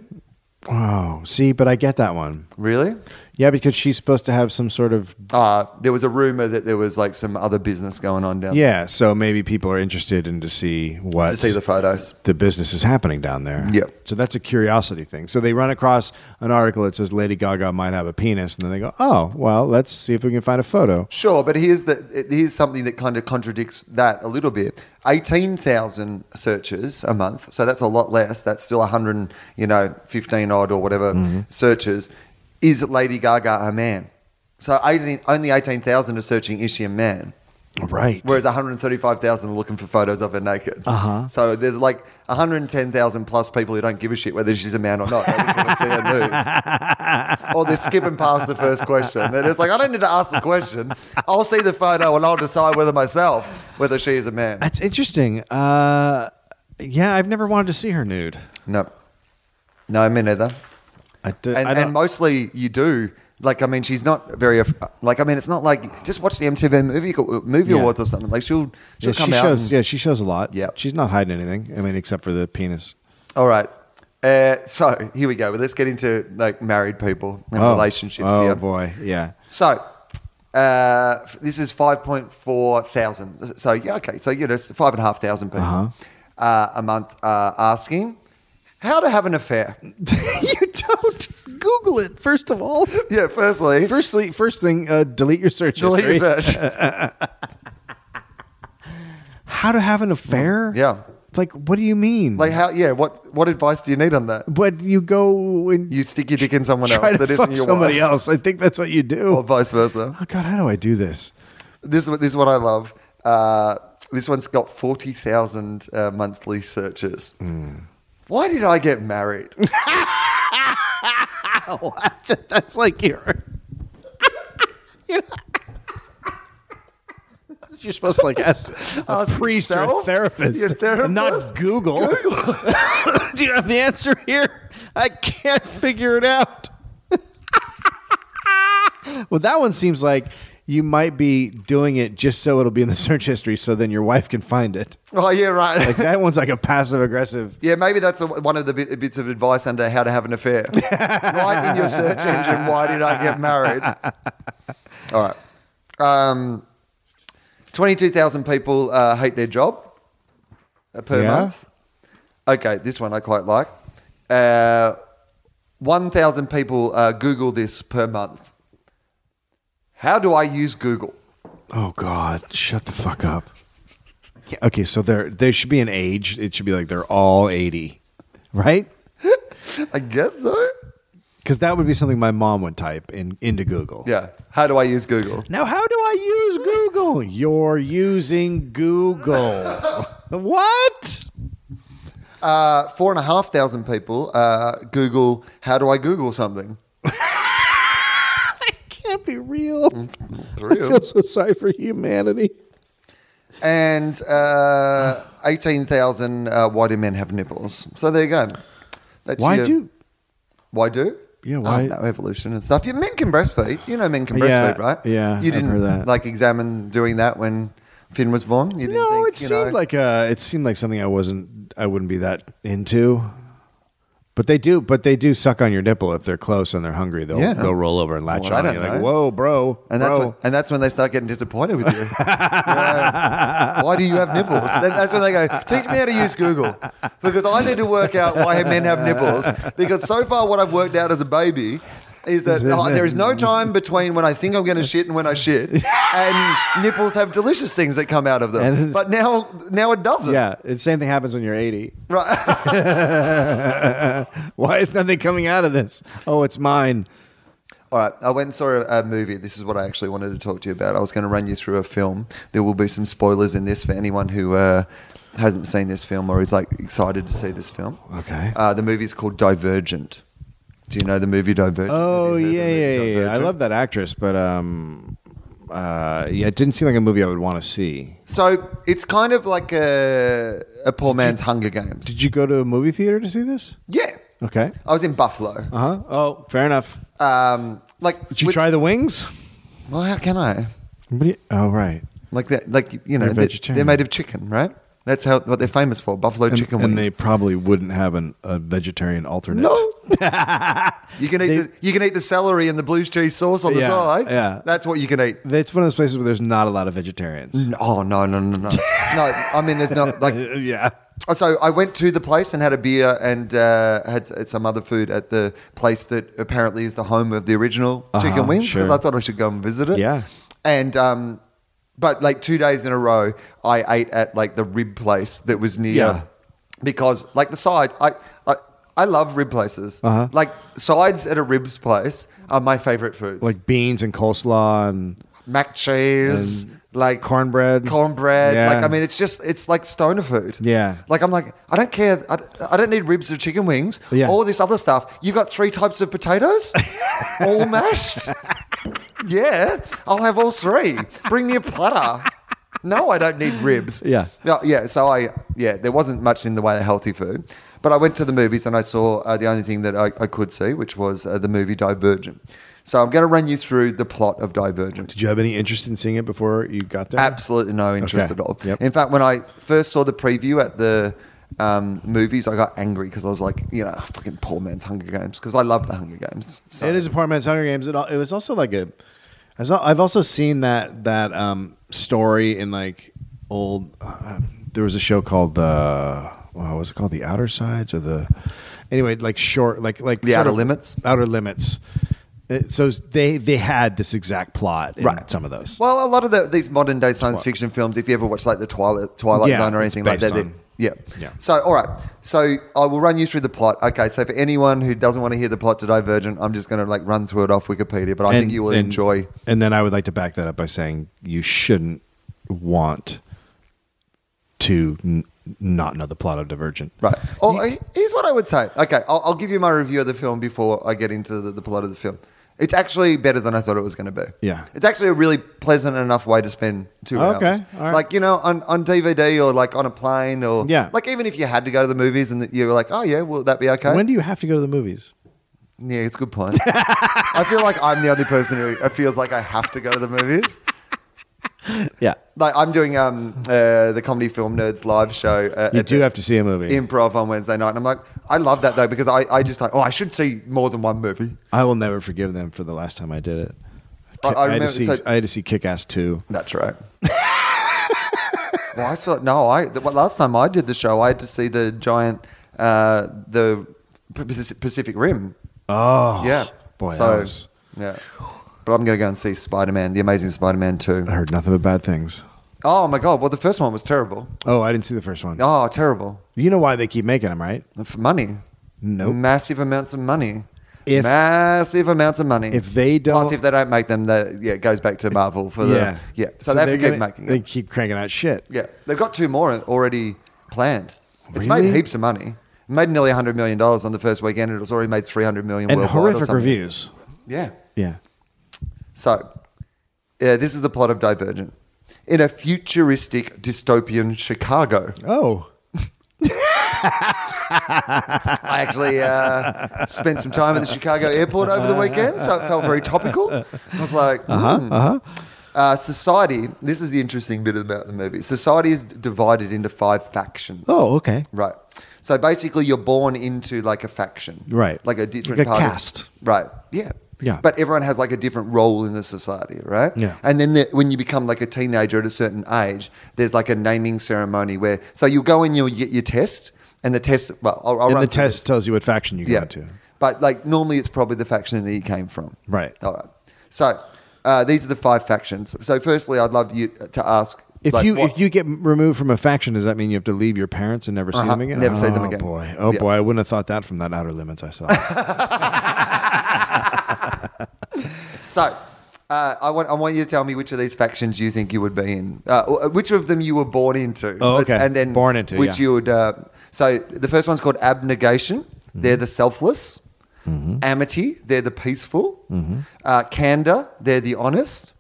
[SPEAKER 3] Wow. See, but I get that one.
[SPEAKER 2] Really?
[SPEAKER 3] Yeah, because she's supposed to have some sort of.
[SPEAKER 2] uh, there was a rumor that there was like some other business going on down
[SPEAKER 3] Yeah, so maybe people are interested in to see what
[SPEAKER 2] there to see the photos.
[SPEAKER 3] the business is happening down there.
[SPEAKER 2] Yep.
[SPEAKER 3] So that's a curiosity thing. So they run across an article that says Lady Gaga might have a penis, and then they go, "Oh, well, let's see if we can find a photo."
[SPEAKER 2] Sure, but here's the here's something that kind of contradicts that a little bit. Eighteen thousand searches a month, so that's a lot less. That's still hundred, you know, fifteen odd or whatever searches. Is Lady Gaga a man? So 18, only eighteen thousand are searching is she a man?
[SPEAKER 3] Right.
[SPEAKER 2] Whereas 135,000 are looking for photos of her naked. Uh-huh. So there's like 110,000 plus people who don't give a shit whether she's a man or not. They just want to see her nude. or they're skipping past the first question. They're just like, I don't need to ask the question. I'll see the photo and I'll decide whether myself whether she is a man.
[SPEAKER 3] That's interesting. Uh, yeah, I've never wanted to see her nude.
[SPEAKER 2] No. No, me neither.
[SPEAKER 3] I do,
[SPEAKER 2] And,
[SPEAKER 3] Uh, I don't-
[SPEAKER 2] and mostly you do. Like, I mean, she's not very, aff- like, I mean, it's not like, just watch the MTV movie, movie
[SPEAKER 3] Yeah.
[SPEAKER 2] awards or something. Like, she'll, she'll
[SPEAKER 3] yeah,
[SPEAKER 2] come
[SPEAKER 3] she
[SPEAKER 2] out.
[SPEAKER 3] shows.
[SPEAKER 2] and-
[SPEAKER 3] yeah, she shows a lot.
[SPEAKER 2] Yeah.
[SPEAKER 3] she's not hiding anything. I mean, except for the penis.
[SPEAKER 2] All right. Uh, so here we go. Let's get into like married people and
[SPEAKER 3] Oh.
[SPEAKER 2] relationships
[SPEAKER 3] Oh
[SPEAKER 2] here.
[SPEAKER 3] boy, yeah.
[SPEAKER 2] So uh, f- this is five point four thousand. So yeah, okay. So you know, it's five and a half thousand people uh
[SPEAKER 3] Uh-huh.
[SPEAKER 2] a month uh, asking how to have an affair.
[SPEAKER 3] you don't Google it first of all.
[SPEAKER 2] Yeah. Firstly,
[SPEAKER 3] Firstly, first thing, uh, delete your search
[SPEAKER 2] delete
[SPEAKER 3] history.
[SPEAKER 2] search.
[SPEAKER 3] How to have an affair?
[SPEAKER 2] Yeah.
[SPEAKER 3] Like, what do you mean?
[SPEAKER 2] like how? Yeah. What What advice do you need on that?
[SPEAKER 3] but you go and
[SPEAKER 2] You stick your dick in someone
[SPEAKER 3] try
[SPEAKER 2] else
[SPEAKER 3] to
[SPEAKER 2] that
[SPEAKER 3] fuck
[SPEAKER 2] isn't your
[SPEAKER 3] somebody
[SPEAKER 2] wife,
[SPEAKER 3] else. I think that's what you do.
[SPEAKER 2] or vice versa.
[SPEAKER 3] oh God, how do I do this?
[SPEAKER 2] This is what this is what I love. Uh, this one's got forty thousand uh, monthly searches. Why did I get married?
[SPEAKER 3] That's like your. You're supposed to like ask a
[SPEAKER 2] Ask
[SPEAKER 3] priest or a
[SPEAKER 2] yourself?
[SPEAKER 3] therapist,
[SPEAKER 2] Your
[SPEAKER 3] and not
[SPEAKER 2] therapist?
[SPEAKER 3] Google. Do you have the answer here? I can't figure it out. well, that one seems like you might be doing it just so it'll be in the search history, so then your wife can find it.
[SPEAKER 2] oh yeah, right.
[SPEAKER 3] Like that one's like a passive aggressive.
[SPEAKER 2] yeah, maybe that's a, one of the bit, bits of advice under how to have an affair. Write in your search engine, why did I get married? All right. Um, 22,000 people uh, hate their job uh, per
[SPEAKER 3] Yeah.
[SPEAKER 2] month. Okay, this one I quite like. Uh, 1,000 people uh, Google this per month. How do I use Google?
[SPEAKER 3] Oh God, shut the fuck up. Yeah, Okay, so there there should be an age. It should be like they're all eighty, right?
[SPEAKER 2] I guess so.
[SPEAKER 3] Because that would be something my mom would type in into Google.
[SPEAKER 2] Yeah. How do I use Google?
[SPEAKER 3] Now, how do I use Google? You're using Google. what?
[SPEAKER 2] Uh, four and a half thousand people uh, Google, how do I Google something?
[SPEAKER 3] Can't be real.
[SPEAKER 2] For
[SPEAKER 3] I
[SPEAKER 2] real.
[SPEAKER 3] feel so sorry for humanity.
[SPEAKER 2] and uh, 18,000 uh, why do men have nipples? So there you go. That's
[SPEAKER 3] Why
[SPEAKER 2] your-
[SPEAKER 3] do?
[SPEAKER 2] Why do?
[SPEAKER 3] Yeah,
[SPEAKER 2] Oh,
[SPEAKER 3] why-
[SPEAKER 2] no, evolution and stuff. Yeah, men can breastfeed. You know, men can
[SPEAKER 3] Yeah,
[SPEAKER 2] breastfeed, right?
[SPEAKER 3] yeah,
[SPEAKER 2] You
[SPEAKER 3] I've
[SPEAKER 2] didn't
[SPEAKER 3] heard that.
[SPEAKER 2] like examine doing that when Finn was born? You didn't
[SPEAKER 3] No,
[SPEAKER 2] think,
[SPEAKER 3] it
[SPEAKER 2] you
[SPEAKER 3] seemed
[SPEAKER 2] know-
[SPEAKER 3] like uh it seemed like something I wasn't I wouldn't be that into. But they do, but they do suck on your nipple if they're close and they're hungry. They'll
[SPEAKER 2] Yeah.
[SPEAKER 3] they'll roll over and latch
[SPEAKER 2] Well, I
[SPEAKER 3] on.
[SPEAKER 2] don't
[SPEAKER 3] You're like,
[SPEAKER 2] know.
[SPEAKER 3] whoa, bro,
[SPEAKER 2] And that's,
[SPEAKER 3] bro."
[SPEAKER 2] when, and that's when they start getting disappointed with you. Yeah. Why do you have nipples? That- That's when they go, teach me how to use Google. Because I need to work out why men have nipples. Because so far, what I've worked out as a baby is that oh, there is no time between when I think I'm going to shit and when I shit. And nipples have delicious things that come out of them.
[SPEAKER 3] And-
[SPEAKER 2] but now now it doesn't.
[SPEAKER 3] yeah, the same thing happens when you're 80.
[SPEAKER 2] Right.
[SPEAKER 3] Why is nothing coming out of this? Oh, it's mine.
[SPEAKER 2] All right, I went and saw a, a movie. This is what I actually wanted to talk to you about. I was going to run you through a film. There will be some spoilers in this for anyone who uh, hasn't seen this film or is like excited to see this film.
[SPEAKER 3] Okay.
[SPEAKER 2] Uh, the movie's called Divergent. Do you know the movie Divergent?
[SPEAKER 3] Oh
[SPEAKER 2] Have you heard
[SPEAKER 3] yeah,
[SPEAKER 2] the movie
[SPEAKER 3] yeah, yeah, yeah. I
[SPEAKER 2] Divergent?
[SPEAKER 3] love that actress, but um, uh, yeah, it didn't seem like a movie I would want to see.
[SPEAKER 2] So it's kind of like a, a poor man's Hunger Games.
[SPEAKER 3] Did you go to a movie theater to see this?
[SPEAKER 2] yeah.
[SPEAKER 3] Okay.
[SPEAKER 2] I was in Buffalo.
[SPEAKER 3] Uh huh. Oh, fair enough.
[SPEAKER 2] Um, like,
[SPEAKER 3] Did you
[SPEAKER 2] with-
[SPEAKER 3] try the wings?
[SPEAKER 2] Well, how can I?
[SPEAKER 3] What do you- oh, right.
[SPEAKER 2] Like that, like you know,
[SPEAKER 3] They're
[SPEAKER 2] they're,
[SPEAKER 3] vegetarian.
[SPEAKER 2] they're made of chicken, right? That's how what they're famous for. Buffalo
[SPEAKER 3] And,
[SPEAKER 2] chicken wings.
[SPEAKER 3] and they probably wouldn't have an, a vegetarian alternate.
[SPEAKER 2] No. you can eat
[SPEAKER 3] They-
[SPEAKER 2] the, you can eat the celery and the blue cheese sauce on the
[SPEAKER 3] Yeah,
[SPEAKER 2] side.
[SPEAKER 3] yeah.
[SPEAKER 2] That's what you can eat.
[SPEAKER 3] It's one of those places where there's not a lot of vegetarians.
[SPEAKER 2] Oh no no no no no! I mean, there's not like.
[SPEAKER 3] yeah.
[SPEAKER 2] Oh, So I went to the place and had a beer and uh, had s- had some other food at the place that apparently is the home of the original
[SPEAKER 3] Uh-huh,
[SPEAKER 2] chicken wings.
[SPEAKER 3] sure.
[SPEAKER 2] Because I thought I should go and visit it.
[SPEAKER 3] Yeah.
[SPEAKER 2] And um, but like two days in a row, I ate at like the rib place that was near.
[SPEAKER 3] Yeah.
[SPEAKER 2] Because like the side, I I, I love rib places.
[SPEAKER 3] Uh-huh.
[SPEAKER 2] Like sides at a ribs place are my favorite foods.
[SPEAKER 3] Like beans and coleslaw and
[SPEAKER 2] mac cheese,
[SPEAKER 3] And
[SPEAKER 2] like
[SPEAKER 3] cornbread.
[SPEAKER 2] cornbread.
[SPEAKER 3] Yeah.
[SPEAKER 2] Like I mean, it's just it's like stoner food.
[SPEAKER 3] Yeah.
[SPEAKER 2] Like I'm like I don't care. I, I don't need ribs or chicken wings.
[SPEAKER 3] Yeah.
[SPEAKER 2] All this other stuff. You got three types of potatoes, all mashed. Yeah, I'll have all three. Bring me a platter. No, I don't need ribs.
[SPEAKER 3] Yeah.
[SPEAKER 2] No, yeah. So I yeah, there wasn't much in the way of healthy food. But I went to the movies and I saw uh, the only thing that I, I could see, which was uh, the movie Divergent. So I'm going to run you through the plot of Divergent.
[SPEAKER 3] Did you have any interest in seeing it before you got there?
[SPEAKER 2] Absolutely no interest
[SPEAKER 3] Okay.
[SPEAKER 2] at all.
[SPEAKER 3] Yep.
[SPEAKER 2] In fact, when I first saw the preview at the um, movies, I got angry because I was like, you know, "Ah, fucking poor man's Hunger Games because I love the Hunger Games. So.
[SPEAKER 3] It is a poor man's Hunger Games. It, al- it was also like a. as al- I've also seen that that um, story in like old. Uh, there was a show called the. What was it called? The Outer Sides or the. Anyway, like short, like like
[SPEAKER 2] The
[SPEAKER 3] sort
[SPEAKER 2] Outer
[SPEAKER 3] of-
[SPEAKER 2] Limits?
[SPEAKER 3] Outer Limits. It- so they they had this exact plot in
[SPEAKER 2] Right.
[SPEAKER 3] some of those.
[SPEAKER 2] Well, a lot of the, these modern day science fiction films, if you ever watch like the Twilight, Twilight
[SPEAKER 3] Yeah,
[SPEAKER 2] Zone or
[SPEAKER 3] it's
[SPEAKER 2] anything like that,
[SPEAKER 3] based
[SPEAKER 2] they-
[SPEAKER 3] on-
[SPEAKER 2] yeah.
[SPEAKER 3] Yeah.
[SPEAKER 2] So, all right. So I will run you through the plot. Okay. So for anyone who doesn't want to hear the plot to Divergent, I'm just going to like run through it off Wikipedia, but I think you will
[SPEAKER 3] and-
[SPEAKER 2] enjoy.
[SPEAKER 3] And then I would like to back that up by saying you shouldn't want to n- not know the plot of Divergent.
[SPEAKER 2] Right. Oh, he- here's what I would say. Okay, I'll, I'll give you my review of the film before I get into the, the plot of the film. It's actually better than I thought it was going to be.
[SPEAKER 3] Yeah.
[SPEAKER 2] It's actually a really pleasant enough way to spend two
[SPEAKER 3] Okay,
[SPEAKER 2] hours.
[SPEAKER 3] all right.
[SPEAKER 2] Like, you know, on, on DVD or like on a plane or.
[SPEAKER 3] Yeah.
[SPEAKER 2] Like, even if you had to go to the movies and you were like, oh, yeah, will that be okay?
[SPEAKER 3] When do you have to go to the movies?
[SPEAKER 2] yeah, it's a good point. I feel like I'm the only person who feels like I have to go to the movies.
[SPEAKER 3] Yeah.
[SPEAKER 2] Like, I'm doing um, uh, the Comedy Film Nerds live show. Uh,
[SPEAKER 3] You
[SPEAKER 2] at
[SPEAKER 3] do
[SPEAKER 2] the-
[SPEAKER 3] have to see a movie.
[SPEAKER 2] improv on Wednesday night. And I'm like, I love that though, because I, I just like, oh, I should see more than one movie.
[SPEAKER 3] I will never forgive them for the last time I did it.
[SPEAKER 2] I- I
[SPEAKER 3] I, had,
[SPEAKER 2] remember-
[SPEAKER 3] to see,
[SPEAKER 2] so-
[SPEAKER 3] I had to see Kick Ass 2.
[SPEAKER 2] That's right. well, I saw, no, I, the, well, last time I did the show, I had to see the giant, uh, the P- P- Pacific Rim.
[SPEAKER 3] Oh.
[SPEAKER 2] yeah.
[SPEAKER 3] Boy,
[SPEAKER 2] so,
[SPEAKER 3] that was-
[SPEAKER 2] yeah. But I'm going to go and see Spider Man, The Amazing Spider Man 2.
[SPEAKER 3] I heard nothing but bad things.
[SPEAKER 2] Oh my God. Well, the first one was terrible.
[SPEAKER 3] Oh, I didn't see the first one.
[SPEAKER 2] Oh, terrible.
[SPEAKER 3] You know why they keep making them, right?
[SPEAKER 2] For money.
[SPEAKER 3] Nope.
[SPEAKER 2] Massive amounts of money.
[SPEAKER 3] If-
[SPEAKER 2] Massive amounts of money.
[SPEAKER 3] If they don't-
[SPEAKER 2] Plus, if they don't make them, that yeah, it goes back to Marvel for the uh, yeah. So, they have to
[SPEAKER 3] they're
[SPEAKER 2] keep
[SPEAKER 3] gonna-
[SPEAKER 2] making
[SPEAKER 3] They
[SPEAKER 2] it.
[SPEAKER 3] keep cranking out shit.
[SPEAKER 2] Yeah, they've got two more already planned. It's made
[SPEAKER 3] Really?
[SPEAKER 2] heaps of money. It made nearly hundred million dollars on the first weekend. It was already made three hundred million
[SPEAKER 3] And
[SPEAKER 2] worldwide or
[SPEAKER 3] horrific
[SPEAKER 2] something.
[SPEAKER 3] reviews.
[SPEAKER 2] Yeah.
[SPEAKER 3] Yeah.
[SPEAKER 2] So, yeah, this is the plot of Divergent. In a futuristic dystopian Chicago,
[SPEAKER 3] Oh.
[SPEAKER 2] I actually uh, spent
[SPEAKER 3] Uh-huh,
[SPEAKER 2] some time at the Chicago airport over the weekend, so it felt very topical. I was like, hmm. Uh, society, this is the interesting bit about the movie. Society is divided into five factions.
[SPEAKER 3] Oh, okay.
[SPEAKER 2] Right. So basically, you're born into like a faction.
[SPEAKER 3] Right.
[SPEAKER 2] Like a different
[SPEAKER 3] Like a
[SPEAKER 2] part of-
[SPEAKER 3] caste.
[SPEAKER 2] right. Yeah.
[SPEAKER 3] Yeah.
[SPEAKER 2] But everyone has like a different role in the society, right?
[SPEAKER 3] Yeah.
[SPEAKER 2] And then the, when you become like a teenager at a certain age, there's like a naming ceremony where, so you go in, you'll get your test, and the test, well, I'll, I'll
[SPEAKER 3] And
[SPEAKER 2] run
[SPEAKER 3] the
[SPEAKER 2] through this.
[SPEAKER 3] test tells you what faction you go
[SPEAKER 2] Yeah.
[SPEAKER 3] to.
[SPEAKER 2] But like normally it's probably the faction that he came from.
[SPEAKER 3] Right.
[SPEAKER 2] All right. So uh, these are the five factions. So firstly, I'd love you to ask
[SPEAKER 3] If
[SPEAKER 2] like,
[SPEAKER 3] you
[SPEAKER 2] what-
[SPEAKER 3] if you get removed from a faction, does that mean you have to leave your parents and never see
[SPEAKER 2] Uh-huh.
[SPEAKER 3] them again?
[SPEAKER 2] Never see them
[SPEAKER 3] Oh,
[SPEAKER 2] again.
[SPEAKER 3] Boy, oh
[SPEAKER 2] Yeah.
[SPEAKER 3] boy, I wouldn't have thought that from that Outer Limits I saw.
[SPEAKER 2] so uh, I want I want you to tell me which of these factions you think you would be in, uh, or which of them you were born into.
[SPEAKER 3] Oh,
[SPEAKER 2] Let's-
[SPEAKER 3] okay.
[SPEAKER 2] And then
[SPEAKER 3] Born into,
[SPEAKER 2] which
[SPEAKER 3] yeah.
[SPEAKER 2] you would. Uh, so the first one's called abnegation. They're the selfless. Amity, they're the peaceful. Uh, candor, they're the honest.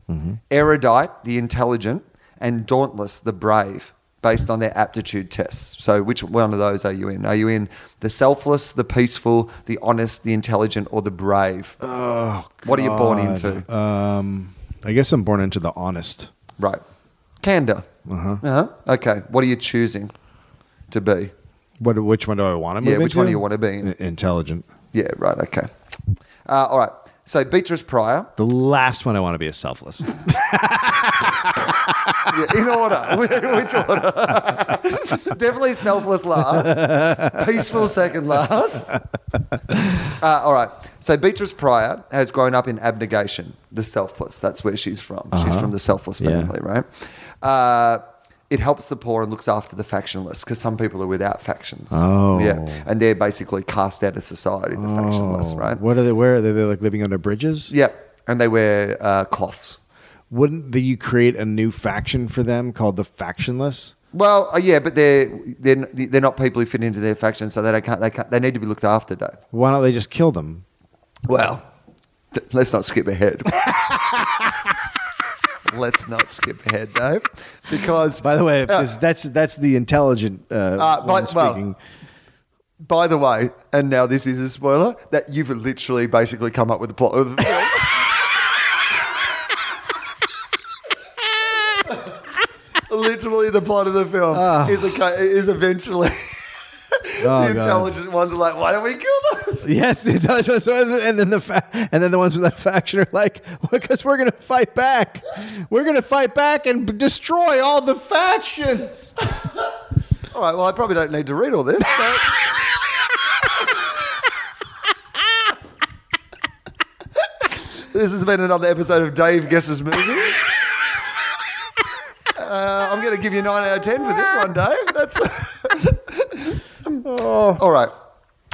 [SPEAKER 2] Erudite, the intelligent, and dauntless, the brave. Based on their aptitude tests. So, which one of those are you in? Are you in the selfless, the peaceful, the honest, the intelligent, or the brave?
[SPEAKER 3] oh,
[SPEAKER 2] What are you born
[SPEAKER 3] God.
[SPEAKER 2] into?
[SPEAKER 3] Um, I guess I'm born into the honest.
[SPEAKER 2] Right. Candor. Uh-huh. Okay. What are you choosing to be?
[SPEAKER 3] What? Which one do I want to move
[SPEAKER 2] Yeah, which
[SPEAKER 3] into?
[SPEAKER 2] one do you wanna be in?
[SPEAKER 3] I- Intelligent.
[SPEAKER 2] Yeah, right. Okay. Uh, all right. So Beatrice Pryor,
[SPEAKER 3] The last one I want to be is selfless.
[SPEAKER 2] Yeah, in order. Which order? Definitely selfless last, peaceful second last. Uh, all right. So Beatrice Pryor has grown up in abnegation, the selfless. That's where she's from. She's from the selfless
[SPEAKER 3] Uh-huh. Yeah.
[SPEAKER 2] family, right? Uh, it helps the poor and looks after the factionless because some people are without factions.
[SPEAKER 3] Oh.
[SPEAKER 2] Yeah. And they're basically cast out of society, the factionless,
[SPEAKER 3] Oh,
[SPEAKER 2] right?
[SPEAKER 3] What are they? Where are they? They're like living under bridges.
[SPEAKER 2] Yeah. And they wear uh, cloths.
[SPEAKER 3] Wouldn't the, you create a new faction for them called the factionless?
[SPEAKER 2] Well, uh, yeah, but they're, they're they're not people who fit into their faction, so they don't, can't they can't they need to be looked after, Dave.
[SPEAKER 3] Why don't they just kill them?
[SPEAKER 2] Well, th- let's not skip ahead. let's not skip ahead, Dave, because
[SPEAKER 3] By the way,
[SPEAKER 2] Uh,
[SPEAKER 3] this- that's that's the intelligent uh, one
[SPEAKER 2] but- well,
[SPEAKER 3] speaking.
[SPEAKER 2] by the way, and now this is a spoiler that you've literally basically come up with the plot of the film. Literally, the plot of the film is a, co- is eventually
[SPEAKER 3] Ah. Oh, God.
[SPEAKER 2] the intelligent ones are like, why don't we kill those?
[SPEAKER 3] Yes, the intelligent ones. So, and then- and then the fa- and then the ones with that faction are like, because we're gonna fight back. We're gonna fight back and b- destroy all the factions.
[SPEAKER 2] All right. Well, I probably don't need to read all this. But... this has been another episode of Dave Guesses Movie. Uh, I'm going to give you nine out of ten for this one, Dave. That's all right.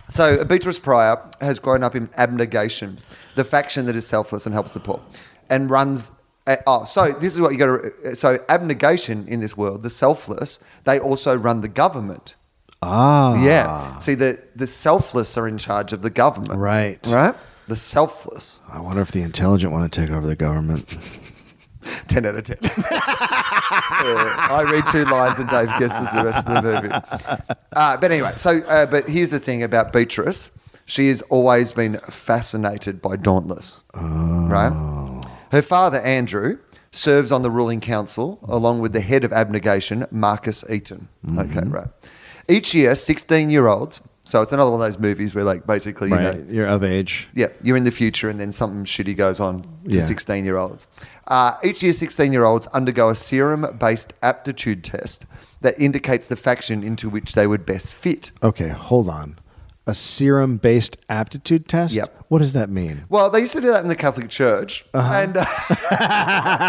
[SPEAKER 2] So Beatrice Pryor has grown up in abnegation, the faction that is selfless and helps the poor, and runs. Uh, oh, so this is what you got to. So abnegation in this world, the selfless, they also run the government.
[SPEAKER 3] Ah,
[SPEAKER 2] Yeah. See, the the selfless are in charge of the government.
[SPEAKER 3] Right.
[SPEAKER 2] Right. The selfless.
[SPEAKER 3] I wonder if the intelligent want to take over the government.
[SPEAKER 2] Ten out of ten. Yeah, I read two lines and Dave guesses the rest of the movie. Uh, but anyway, so uh, but here's the thing about Beatrice. She has always been fascinated by Dauntless. Right. Her father Andrew serves on the ruling council along with the head of abnegation Marcus Eaton. Okay, right. Each year, sixteen-year-olds. So it's another one of those movies where, like, basically, you know,
[SPEAKER 3] Right, you're of age.
[SPEAKER 2] yeah, you're in the future, and then something shitty goes on to
[SPEAKER 3] Yeah.
[SPEAKER 2] 16 year olds. Uh, each year, 16 year olds undergo a serum based aptitude test that indicates the faction into which they would best fit.
[SPEAKER 3] Okay, hold on. A serum based aptitude test?
[SPEAKER 2] Yep.
[SPEAKER 3] What does that mean?
[SPEAKER 2] Well, they used to do that in the Catholic Church, and uh,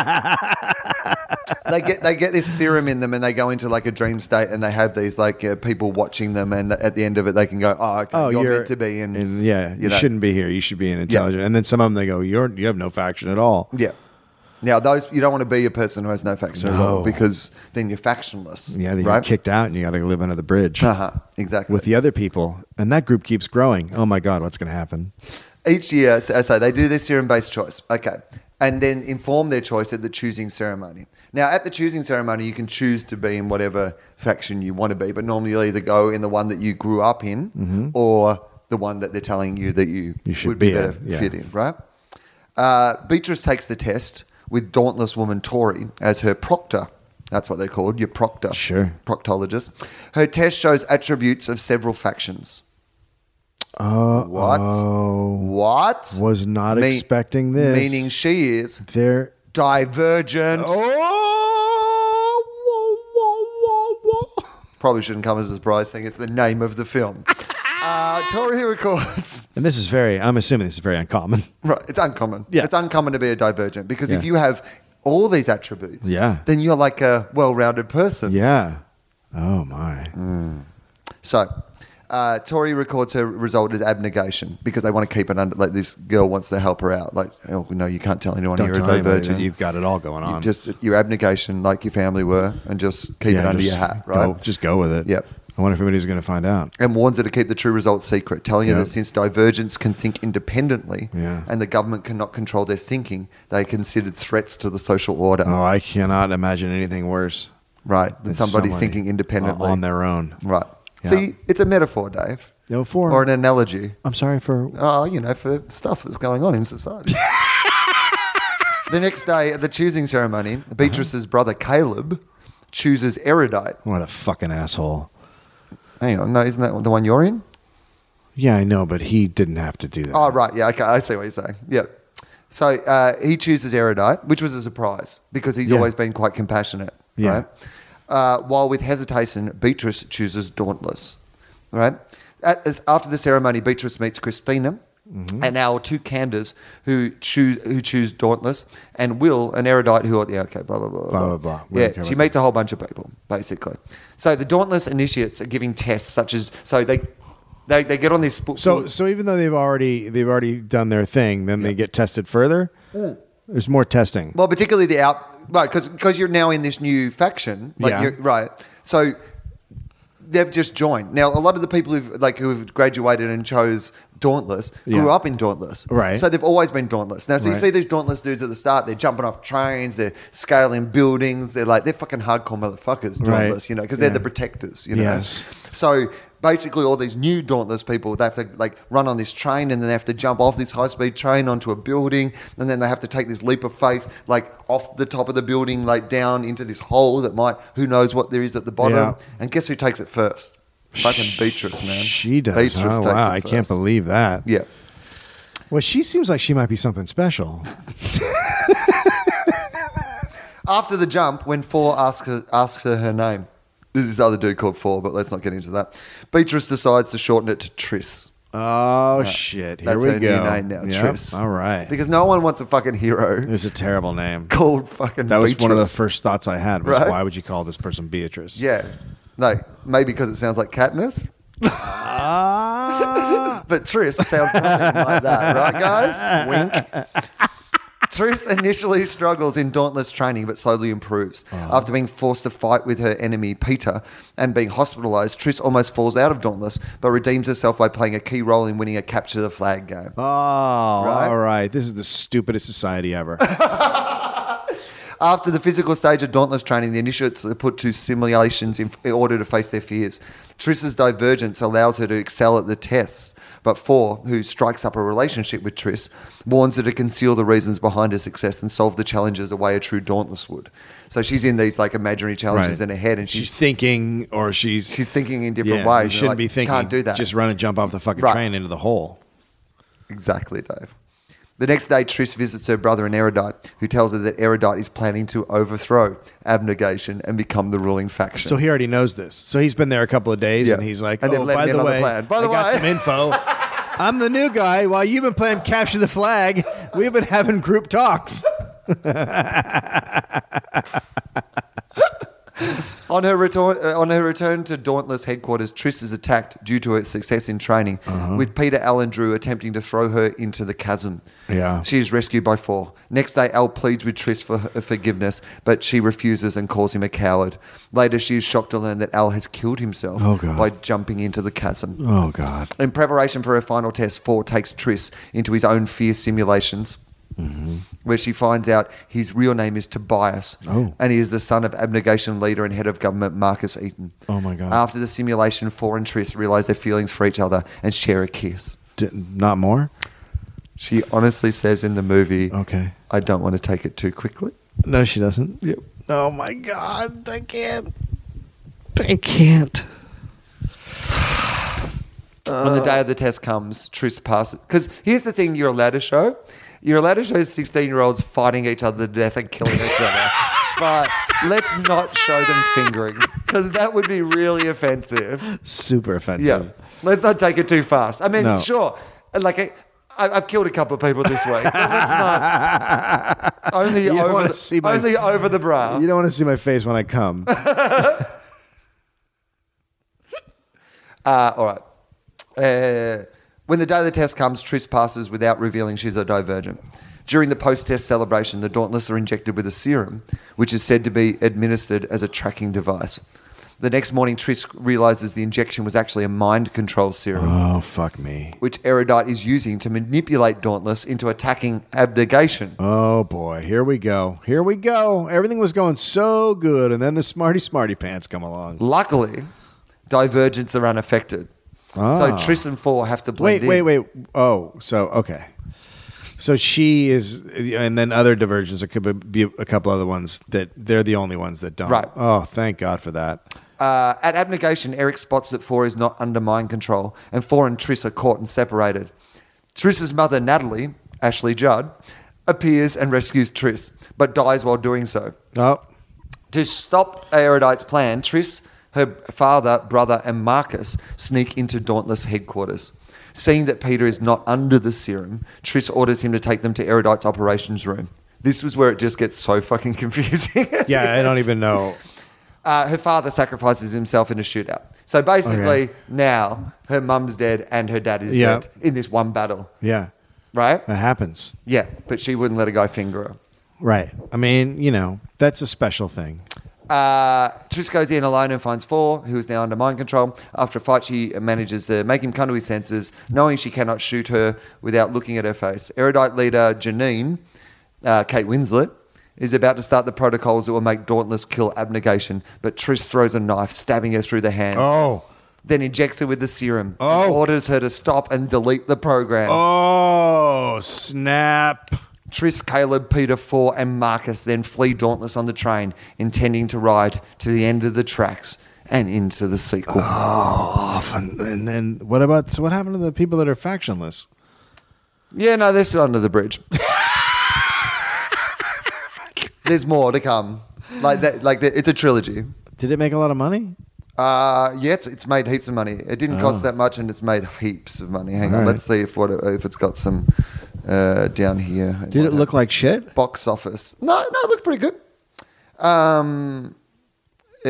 [SPEAKER 2] they get they get this serum in them, and they go into like a dream state, and they have these like uh, people watching them, and at the end of it, they can go, "Oh, okay, you're, meant to be in,
[SPEAKER 3] yeah, you,
[SPEAKER 2] know.
[SPEAKER 3] shouldn't be here. You should be in intelligent. And then some of them they go, you're you have no faction at all.
[SPEAKER 2] Yeah. Now those you don't want to be a person who has no faction at all
[SPEAKER 3] No.
[SPEAKER 2] because then you're factionless.
[SPEAKER 3] Yeah, then
[SPEAKER 2] right.
[SPEAKER 3] you're kicked out and you got to live under the bridge
[SPEAKER 2] Uh-huh, exactly.
[SPEAKER 3] with the other people. And that group keeps growing. Oh my God, what's going to happen?
[SPEAKER 2] each year, so, so they do their serum-based choice. Okay, and then inform their choice at the choosing ceremony. Now, at the choosing ceremony, you can choose to be in whatever faction you want to be, but normally you'll either go in the one that you grew up in or the one that they're telling you that you,
[SPEAKER 3] Mm-hmm. You should
[SPEAKER 2] would be,
[SPEAKER 3] be in,
[SPEAKER 2] better
[SPEAKER 3] yeah.
[SPEAKER 2] fit in. Right. Uh, Beatrice takes the test with Dauntless Woman Tory as her proctor. That's what they're called, your proctor.
[SPEAKER 3] Sure.
[SPEAKER 2] Proctologist. Her test shows attributes of several factions.
[SPEAKER 3] Uh,
[SPEAKER 2] What?
[SPEAKER 3] Oh,
[SPEAKER 2] What?
[SPEAKER 3] was not
[SPEAKER 2] Me-
[SPEAKER 3] expecting this.
[SPEAKER 2] Meaning she is
[SPEAKER 3] there.
[SPEAKER 2] divergent.
[SPEAKER 3] Oh, whoa, whoa, whoa, whoa.
[SPEAKER 2] Probably shouldn't come as a surprise thing. It's the name of the film. uh, Tori records.
[SPEAKER 3] And this is very. I'm assuming this is very uncommon.
[SPEAKER 2] Right, it's uncommon.
[SPEAKER 3] Yeah.
[SPEAKER 2] It's uncommon to be a divergent because if
[SPEAKER 3] Yeah.
[SPEAKER 2] you have all these attributes,
[SPEAKER 3] Yeah.
[SPEAKER 2] then you're like a well-rounded person.
[SPEAKER 3] Yeah. Oh my.
[SPEAKER 2] So, uh, Tori records her result as abnegation because they want to keep it under. Like this girl wants to help her out. Like, oh no, you can't tell anyone
[SPEAKER 3] Don't
[SPEAKER 2] you're
[SPEAKER 3] tell
[SPEAKER 2] a
[SPEAKER 3] anybody
[SPEAKER 2] divergent.
[SPEAKER 3] that You've got it all going
[SPEAKER 2] You
[SPEAKER 3] on.
[SPEAKER 2] just your abnegation, like your family were, and just keep it under
[SPEAKER 3] just
[SPEAKER 2] your hat, right?
[SPEAKER 3] Go, just go with it.
[SPEAKER 2] Yep.
[SPEAKER 3] I wonder if anybody's going to find out.
[SPEAKER 2] and warns her to keep the true results secret, telling her
[SPEAKER 3] Yeah.
[SPEAKER 2] that since divergents can think independently
[SPEAKER 3] Yeah.
[SPEAKER 2] and the government cannot control their thinking, they are considered threats to the social order.
[SPEAKER 3] Oh, I cannot imagine anything worse.
[SPEAKER 2] Right, Uh-huh. than
[SPEAKER 3] than
[SPEAKER 2] somebody,
[SPEAKER 3] somebody
[SPEAKER 2] thinking independently
[SPEAKER 3] on their own.
[SPEAKER 2] Right.
[SPEAKER 3] Yeah.
[SPEAKER 2] See, it's a metaphor, Dave,
[SPEAKER 3] No, for
[SPEAKER 2] or an analogy.
[SPEAKER 3] I'm sorry for.
[SPEAKER 2] Oh, you know, for stuff that's going on in society. the next day at the choosing ceremony, Beatrice's brother Caleb chooses erudite.
[SPEAKER 3] What a fucking asshole.
[SPEAKER 2] Hang on, no, isn't that the one you're in?
[SPEAKER 3] Yeah, I know, but he didn't have to do that.
[SPEAKER 2] Oh, right. Yeah. Okay. I see what you're saying. Yep. So uh, he chooses erudite, which was a surprise because he's
[SPEAKER 3] Yeah.
[SPEAKER 2] always been quite compassionate.
[SPEAKER 3] Yeah.
[SPEAKER 2] Right. Uh, while with hesitation, Beatrice chooses dauntless. Right. At, as- after the ceremony, Beatrice meets Christina
[SPEAKER 3] Mm-hmm.
[SPEAKER 2] and our two candors who choose who choose dauntless and Will an erudite who are yeah okay blah blah blah
[SPEAKER 3] Blah, blah, blah. We don't
[SPEAKER 2] yeah
[SPEAKER 3] care
[SPEAKER 2] she
[SPEAKER 3] about
[SPEAKER 2] meets a whole bunch of people basically. So the dauntless initiates are giving tests such as so they. They, they get on this sp-
[SPEAKER 3] So, so even though they've already they've already done their thing, then they get tested further. There's more testing.
[SPEAKER 2] Hmm. Well, particularly the out, right? Because you're now in this new faction, like
[SPEAKER 3] Yeah.
[SPEAKER 2] you're, right? So they've just joined. Now, a lot of the people who've like who've graduated and chose Dauntless grew
[SPEAKER 3] Yeah.
[SPEAKER 2] up in Dauntless,
[SPEAKER 3] Right.
[SPEAKER 2] So they've always been Dauntless. Now, so you
[SPEAKER 3] Right.
[SPEAKER 2] see these Dauntless dudes at the start, they're jumping off trains, they're scaling buildings, they're like they're fucking hardcore motherfuckers,
[SPEAKER 3] Right.
[SPEAKER 2] Dauntless, you know, because
[SPEAKER 3] Yeah.
[SPEAKER 2] they're the protectors, you know.
[SPEAKER 3] Yes.
[SPEAKER 2] So. Basically, all these new dauntless people, they have to like run on this train, and then they have to jump off this high-speed train onto a building, and then they have to take this leap of faith, like off the top of the building, like down into this hole that might, who knows what there is at the bottom.
[SPEAKER 3] Yeah.
[SPEAKER 2] And guess who takes it first? Fucking Beatrice, man.
[SPEAKER 3] She does.
[SPEAKER 2] Beatrice
[SPEAKER 3] oh
[SPEAKER 2] takes
[SPEAKER 3] wow,
[SPEAKER 2] it
[SPEAKER 3] I can't
[SPEAKER 2] first.
[SPEAKER 3] believe that.
[SPEAKER 2] Yeah.
[SPEAKER 3] Well, she seems like she might be something special.
[SPEAKER 2] After the jump, when Four asks her, asks her her name, there's this other dude called Four, but let's not get into that. Beatrice decides to shorten it to Triss.
[SPEAKER 3] Oh shit! Here
[SPEAKER 2] Uh, That's
[SPEAKER 3] we
[SPEAKER 2] her
[SPEAKER 3] go.
[SPEAKER 2] new name now,
[SPEAKER 3] Yep.
[SPEAKER 2] Triss.
[SPEAKER 3] All right.
[SPEAKER 2] Because no one wants a fucking
[SPEAKER 3] it
[SPEAKER 2] hero
[SPEAKER 3] was a terrible name.
[SPEAKER 2] called fucking
[SPEAKER 3] That was one of the
[SPEAKER 2] Beatrice.
[SPEAKER 3] first thoughts I had. Was
[SPEAKER 2] Right?
[SPEAKER 3] why would you call this person Beatrice?
[SPEAKER 2] Yeah. No, maybe because it sounds like Katniss.
[SPEAKER 3] Ah.
[SPEAKER 2] But Triss sounds nothing like that, right, guys? Wink. Triss initially struggles in dauntless training, but slowly improves.
[SPEAKER 3] Oh.
[SPEAKER 2] After being forced to fight with her enemy Peter and being hospitalized, Triss almost falls out of dauntless, but redeems herself by playing a key role in winning a capture the flag game.
[SPEAKER 3] oh, all
[SPEAKER 2] Right?
[SPEAKER 3] right. This is the stupidest society ever.
[SPEAKER 2] After the physical stage of dauntless training, the initiates are put to simulations in, in order to face their fears. Triss's divergence allows her to excel at the tests, but Four, who strikes up a relationship with Triss, warns her to conceal the reasons behind her success and solve the challenges the way a true dauntless would. So she's in these like imaginary challenges
[SPEAKER 3] Right.
[SPEAKER 2] in her head, and
[SPEAKER 3] she's
[SPEAKER 2] she's
[SPEAKER 3] thinking, or she's
[SPEAKER 2] she's thinking in different
[SPEAKER 3] yeah,
[SPEAKER 2] ways.
[SPEAKER 3] You
[SPEAKER 2] and
[SPEAKER 3] shouldn't
[SPEAKER 2] like,
[SPEAKER 3] be thinking.
[SPEAKER 2] Can't do that.
[SPEAKER 3] Just run and jump off the fucking
[SPEAKER 2] Right.
[SPEAKER 3] train into the hole.
[SPEAKER 2] Exactly, Dave. The next day, Triss visits her brother in Erudite, who tells her that Erudite is planning to overthrow abnegation and become the ruling faction.
[SPEAKER 3] So he already knows this. So he's been there a couple of days,
[SPEAKER 2] Yeah.
[SPEAKER 3] and he's like,
[SPEAKER 2] And they've
[SPEAKER 3] "Oh,
[SPEAKER 2] let
[SPEAKER 3] by
[SPEAKER 2] me
[SPEAKER 3] the
[SPEAKER 2] in on the
[SPEAKER 3] way,
[SPEAKER 2] plan. By the
[SPEAKER 3] I got
[SPEAKER 2] way."
[SPEAKER 3] some info. I'm the new guy. While you've been playing capture the flag, we've been having group talks."
[SPEAKER 2] On her return, uh, on her return to Dauntless headquarters, Triss is attacked due to her success in training,
[SPEAKER 3] Uh-huh.
[SPEAKER 2] with Peter Allen Drew attempting to throw her into the chasm.
[SPEAKER 3] Yeah.
[SPEAKER 2] she is rescued by Four. Next day, Al pleads with Triss for her uh, forgiveness, but she refuses and calls him a coward. Later, she is shocked to learn that Al has killed himself
[SPEAKER 3] Oh, God.
[SPEAKER 2] by jumping into the chasm.
[SPEAKER 3] Oh God.
[SPEAKER 2] In preparation for her final test, Four takes Triss into his own fear simulations,
[SPEAKER 3] Mm-hmm.
[SPEAKER 2] where she finds out his real name is Tobias,
[SPEAKER 3] Oh.
[SPEAKER 2] and he is the son of abnegation leader and head of government Marcus Eaton.
[SPEAKER 3] Oh, my God.
[SPEAKER 2] After the simulation, Four and Triss realize their feelings for each other and share a kiss.
[SPEAKER 3] D- not more.
[SPEAKER 2] She honestly says in the movie,
[SPEAKER 3] Okay.
[SPEAKER 2] I don't want to take it too quickly.
[SPEAKER 3] No, she doesn't.
[SPEAKER 2] Yep.
[SPEAKER 3] Oh my god, I can't. I can't.
[SPEAKER 2] when the
[SPEAKER 3] Oh.
[SPEAKER 2] day of the test comes, truce passes. Because here's the thing you're allowed to show. You're allowed to show 16 year olds fighting each other to death and killing each other. But let's not show them fingering because that would be really offensive.
[SPEAKER 3] Super
[SPEAKER 2] Yeah.
[SPEAKER 3] offensive.
[SPEAKER 2] Let's not take it too fast. I mean,
[SPEAKER 3] No.
[SPEAKER 2] sure. Like, I, I- I've killed a couple of people this way. But let's not. Only,
[SPEAKER 3] don't
[SPEAKER 2] over
[SPEAKER 3] wanna
[SPEAKER 2] the,
[SPEAKER 3] see my-
[SPEAKER 2] only over the bra.
[SPEAKER 3] You don't want to see my face when I come.
[SPEAKER 2] Uh, all right. Uh, when the day of the test comes, Triss passes without revealing she's a divergent. During the post test celebration, the Dauntless are injected with a serum, which is said to be administered as a tracking device. The next morning, Triss realizes the injection was actually a mind control serum,
[SPEAKER 3] oh fuck me.
[SPEAKER 2] which Erudite is using to manipulate Dauntless into attacking abnegation.
[SPEAKER 3] Oh boy, here we go. Here we go. Everything was going so good, and then the smarty smarty pants come along.
[SPEAKER 2] Luckily, Divergents are unaffected. So
[SPEAKER 3] Ah.
[SPEAKER 2] Triss and Four have to blend
[SPEAKER 3] Wait,
[SPEAKER 2] in.
[SPEAKER 3] wait, wait. Oh, so okay. So she is, and then other divergents. It could be a couple other ones that they're the only ones that don't.
[SPEAKER 2] Right.
[SPEAKER 3] Oh, thank God for that.
[SPEAKER 2] Uh, at abnegation, Eric spots that Four is not under mind control, and Four and Triss are caught and separated. Triss's mother, Natalie, Ashley Judd, appears and rescues Triss, but dies while doing so.
[SPEAKER 3] Oh,
[SPEAKER 2] To stop Erudite's plan, Triss, her father, brother, and Marcus sneak into Dauntless headquarters. Seeing that Peter is not under the serum, Triss orders him to take them to Erudite's operations room. This was where it just gets so fucking confusing.
[SPEAKER 3] yeah. I don't even know.
[SPEAKER 2] Uh, her father sacrifices himself in a shootout. So basically,
[SPEAKER 3] Okay.
[SPEAKER 2] now her mum's dead and her dad is
[SPEAKER 3] Yeah.
[SPEAKER 2] dead in this one battle,
[SPEAKER 3] Yeah,
[SPEAKER 2] right?
[SPEAKER 3] that happens.
[SPEAKER 2] Yeah, but she wouldn't let a guy finger her.
[SPEAKER 3] Right. I mean, you know, that's a special thing.
[SPEAKER 2] Uh, Triss goes in alone and finds Four, who is now under mind control. After a fight, she manages to make him come to his senses, knowing she cannot shoot her without looking at her face. Erudite leader Janine, uh, Kate Winslet, is about to start the protocols that will make Dauntless kill Abnegation, but Triss throws a knife, stabbing her through the hand.
[SPEAKER 3] Oh,
[SPEAKER 2] then injects her with the serum.
[SPEAKER 3] Oh.
[SPEAKER 2] And orders her to stop and delete the program.
[SPEAKER 3] oh, snap.
[SPEAKER 2] Triss, Caleb, Peter, Four, and Marcus then flee Dauntless on the train, intending to ride to the end of the tracks and into the sequel.
[SPEAKER 3] Oh. Off and, and then what about so what happened to the people that are factionless?
[SPEAKER 2] Yeah, no, they're still under the bridge. There's more to come. Like that, like that, it's a trilogy.
[SPEAKER 3] Did it make a lot of money?
[SPEAKER 2] Uh, yeah, it's, it's made heaps of money. It didn't cost
[SPEAKER 3] Oh.
[SPEAKER 2] that much, and it's made heaps of money. Hang on,
[SPEAKER 3] Alright.
[SPEAKER 2] let's see if what it- if it's got some uh, down here.
[SPEAKER 3] Did it look like shit?
[SPEAKER 2] box office. No, no, it looked pretty good. Um, uh,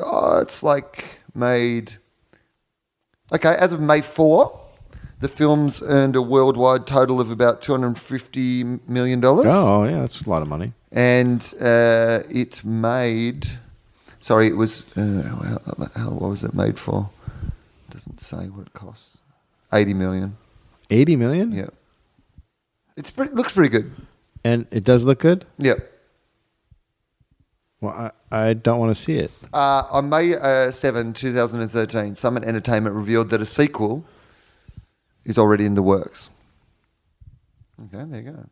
[SPEAKER 2] oh, it's like made. Okay, as of May 4, the films earned a worldwide total of about $250 million.
[SPEAKER 3] Oh yeah, that's a lot of money.
[SPEAKER 2] And uh, it made. Sorry, it was. Uh, how, how, what was it made for? doesn't say what it costs. 80 million.
[SPEAKER 3] Eighty million?
[SPEAKER 2] Yeah. It's pretty, looks pretty good.
[SPEAKER 3] And it does look good?
[SPEAKER 2] Yep.
[SPEAKER 3] Well, I, I don't want to see it.
[SPEAKER 2] Uh, on May uh, 7, 2013, Summit Entertainment revealed that a sequel is already in the works. Okay, there you go.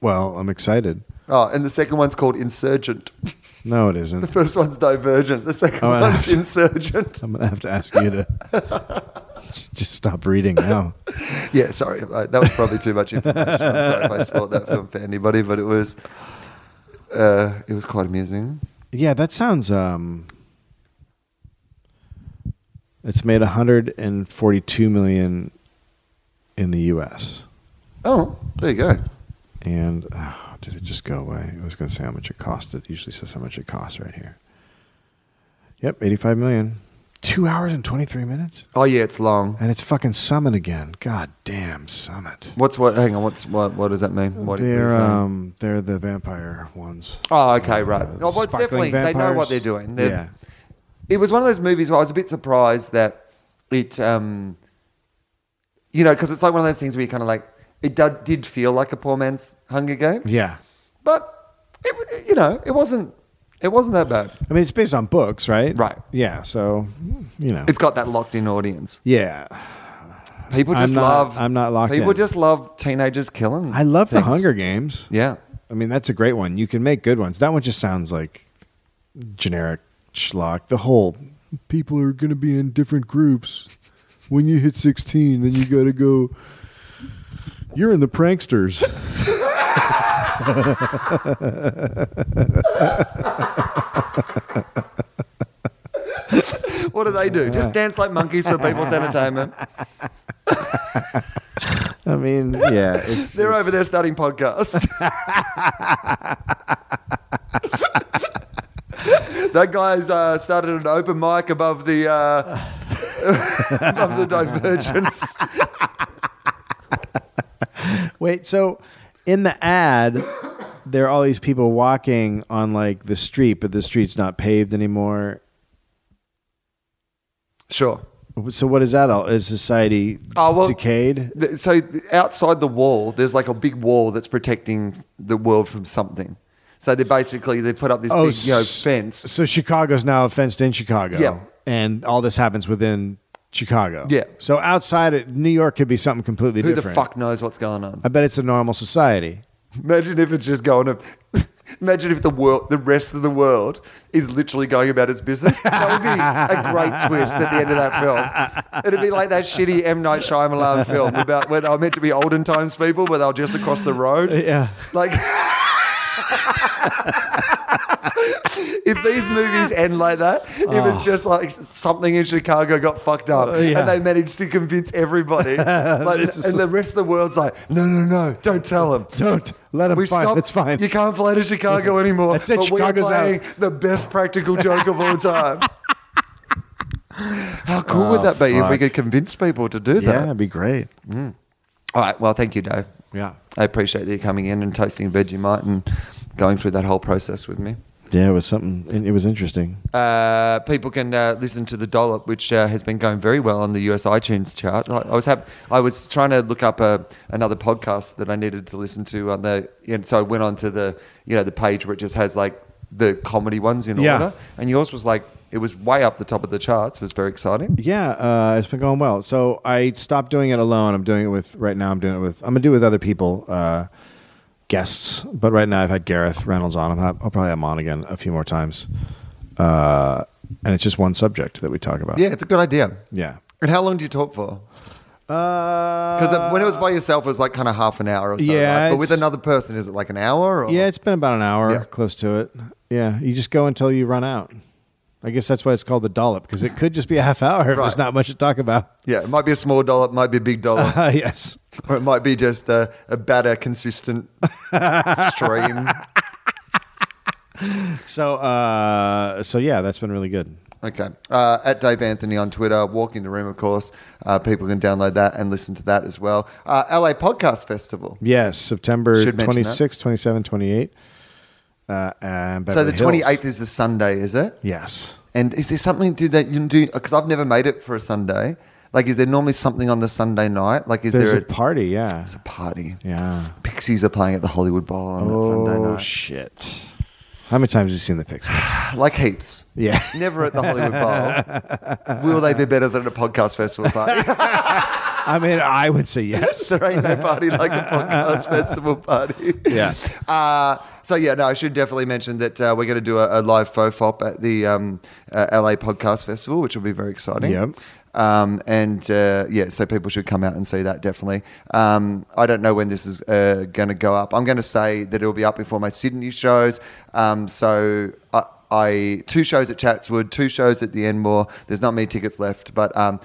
[SPEAKER 3] Well, I'm excited.
[SPEAKER 2] Oh, and the second one's called Insurgent.
[SPEAKER 3] No, it
[SPEAKER 2] The
[SPEAKER 3] isn't.
[SPEAKER 2] first one's Divergent. The second
[SPEAKER 3] Oh, and-
[SPEAKER 2] one's Insurgent.
[SPEAKER 3] I'm gonna have to ask you to just stop reading now.
[SPEAKER 2] Yeah, sorry. I, that was probably too much information. I'm sorry if I spoiled that film for anybody, but it was uh, it was quite amusing.
[SPEAKER 3] Yeah, that sounds um it's made 142 million in the US.
[SPEAKER 2] Oh, there you go.
[SPEAKER 3] And oh, did it just go away? I was going to say how much it cost. It usually says how much it costs right here. Yep, 85 million. 2 hours and 23 minutes?
[SPEAKER 2] Oh, yeah, it's long.
[SPEAKER 3] And it's fucking Summit again. God damn Summit.
[SPEAKER 2] What's what? Hang on. What's what? What does that mean? What, what are you
[SPEAKER 3] they're
[SPEAKER 2] saying?
[SPEAKER 3] um they're the vampire ones.
[SPEAKER 2] Oh, okay, right.
[SPEAKER 3] Uh,
[SPEAKER 2] oh, well, it's
[SPEAKER 3] sparkling
[SPEAKER 2] definitely they know
[SPEAKER 3] vampires.
[SPEAKER 2] what they're doing. They're-
[SPEAKER 3] Yeah.
[SPEAKER 2] It was one of those movies where I was a bit surprised that it, um, you know, because it's like one of those things where you kind of like it did, did feel like a poor man's Hunger Games.
[SPEAKER 3] Yeah.
[SPEAKER 2] But it, w- you know, it wasn't. It wasn't that bad.
[SPEAKER 3] I mean, it's based on books, right?
[SPEAKER 2] Right.
[SPEAKER 3] Yeah. So, you know,
[SPEAKER 2] It's got that locked in audience.
[SPEAKER 3] yeah.
[SPEAKER 2] People
[SPEAKER 3] I'm
[SPEAKER 2] just
[SPEAKER 3] not-
[SPEAKER 2] love.
[SPEAKER 3] I'm not locked
[SPEAKER 2] People
[SPEAKER 3] in.
[SPEAKER 2] just love teenagers killing.
[SPEAKER 3] I love the
[SPEAKER 2] things.
[SPEAKER 3] Hunger Games.
[SPEAKER 2] Yeah,
[SPEAKER 3] I mean, that's a great one. You can make good ones. That one just sounds like generic schlock. The whole people are going to be in different groups. When you hit 16, then you got to go. You're in the pranksters.
[SPEAKER 2] What do they do? Just dance like monkeys for people's entertainment.
[SPEAKER 3] I mean, yeah. It's,
[SPEAKER 2] They're over there starting podcasts. that guy's uh, started an open mic above the uh, above the divergence.
[SPEAKER 3] Wait, so in the ad, there are all these people walking on like the street, but the street's not paved anymore.
[SPEAKER 2] Sure.
[SPEAKER 3] So what is that all? Is society
[SPEAKER 2] Oh, well-
[SPEAKER 3] decayed?
[SPEAKER 2] Th- So outside the wall, there's like a big wall that's protecting the world from something. So they basically they put up this big you know,
[SPEAKER 3] Oh, s-
[SPEAKER 2] fence.
[SPEAKER 3] So Chicago's now fenced in Chicago.
[SPEAKER 2] Yeah.
[SPEAKER 3] And all this happens within Chicago.
[SPEAKER 2] Yeah.
[SPEAKER 3] So outside it, New York could be something completely
[SPEAKER 2] Who
[SPEAKER 3] different.
[SPEAKER 2] the fuck knows what's going on?
[SPEAKER 3] I bet it's a normal society.
[SPEAKER 2] Imagine if it's just going up. Imagine if the world, the rest of the world, is literally going about its business. That would be a great twist at the end of that film. It'd be like that shitty M Night Shyamalan film about where they were meant to be olden times people, but they were just across the road.
[SPEAKER 3] Yeah.
[SPEAKER 2] Like, if these movies end like that, it was just like something in Chicago got fucked up,
[SPEAKER 3] yeah.
[SPEAKER 2] and they managed to convince everybody. Like, and the rest of the world's like, no, no, no, don't tell them.
[SPEAKER 3] Don't let them
[SPEAKER 2] We
[SPEAKER 3] fight.
[SPEAKER 2] stopped-
[SPEAKER 3] It's fine.
[SPEAKER 2] You can't fly to Chicago anymore.
[SPEAKER 3] That's it,
[SPEAKER 2] But
[SPEAKER 3] Chicago's
[SPEAKER 2] we're playing the best practical joke of all time. How cool would that be if we
[SPEAKER 3] Oh, fuck.
[SPEAKER 2] could convince people to do
[SPEAKER 3] yeah,
[SPEAKER 2] that?
[SPEAKER 3] it'd be great.
[SPEAKER 2] All right. Well, thank you, Dave.
[SPEAKER 3] Yeah.
[SPEAKER 2] I appreciate you coming in and tasting Vegemite and going through that whole process with me.
[SPEAKER 3] Yeah, it was something. It was interesting.
[SPEAKER 2] Uh, people can uh, listen to the dollop, which uh, has been going very well on the US iTunes chart. I, I was hap- I was trying to look up a, another podcast that I needed to listen to on the, and so I went onto the you know the page where it just has like the comedy ones in
[SPEAKER 3] Yeah.
[SPEAKER 2] order, and yours was like it was way up the top of the charts. It was very exciting.
[SPEAKER 3] Yeah, uh, it's been going well. So I stopped doing it alone. I'm doing it with right now. I'm doing it with. I'm gonna do it with other people, uh, guests. But right now I've had Gareth Reynolds on. I'm ha- I'll probably have him on again a few more times. Uh, and it's just one subject that we talk about.
[SPEAKER 2] Yeah, it's a good idea.
[SPEAKER 3] Yeah.
[SPEAKER 2] And how long do you talk for?
[SPEAKER 3] Because
[SPEAKER 2] Because
[SPEAKER 3] Uh,
[SPEAKER 2] when it was by yourself, it was like kind of half an hour or so.
[SPEAKER 3] Yeah,
[SPEAKER 2] right? but with
[SPEAKER 3] it's-
[SPEAKER 2] another person, is it like an hour? Or?
[SPEAKER 3] yeah, it's been about an hour,
[SPEAKER 2] Yeah.
[SPEAKER 3] close to it. Yeah, you just go until you run out. I guess that's why it's called the dollop because it could just be a half hour if there's
[SPEAKER 2] Right.
[SPEAKER 3] not much to talk about.
[SPEAKER 2] yeah. It might be a small dollop, might be a big dollop.
[SPEAKER 3] Uh, yes.
[SPEAKER 2] Or it might be just a, a better, consistent stream.
[SPEAKER 3] So, uh, so yeah, that's been really good.
[SPEAKER 2] Okay. Uh, at Dave Anthony on Twitter, Walking the Room, of course. Uh, people can download that and listen to that as well. Uh, LA Podcast Festival.
[SPEAKER 3] Yes, September
[SPEAKER 2] Should mention
[SPEAKER 3] 26, 27, 28. Uh, and
[SPEAKER 2] So the
[SPEAKER 3] Beverly
[SPEAKER 2] twenty
[SPEAKER 3] Hills.
[SPEAKER 2] eighth is a Sunday, is it?
[SPEAKER 3] Yes.
[SPEAKER 2] And is there something to that you can do? Because I've never made it for a Sunday. Like, is there normally something on the Sunday night? Like, is
[SPEAKER 3] There's
[SPEAKER 2] there
[SPEAKER 3] a party, yeah.
[SPEAKER 2] it's a party?
[SPEAKER 3] Yeah.
[SPEAKER 2] Pixies are playing at the Hollywood Bowl on that Sunday
[SPEAKER 3] Oh,
[SPEAKER 2] night.
[SPEAKER 3] shit. How many times have you seen the Pixies?
[SPEAKER 2] like heaps.
[SPEAKER 3] Yeah.
[SPEAKER 2] Never at the Hollywood Bowl. Will they be better than a podcast festival party?
[SPEAKER 3] I mean, I would say yes.
[SPEAKER 2] there ain't no party like a podcast festival party.
[SPEAKER 3] Yeah.
[SPEAKER 2] Uh, so yeah, no, I should definitely mention that uh, we're going to do a, a live fofop at the um, uh, LA Podcast Festival, which will be very exciting.
[SPEAKER 3] Yep.
[SPEAKER 2] Um, and uh, yeah, so people should come out and see that definitely. Um, I don't know when this is uh, going to go up. I'm going to say that it'll be up before my Sydney shows. Um, so I, I two shows at Chatswood, two shows at the Enmore. There's not many tickets left, but um,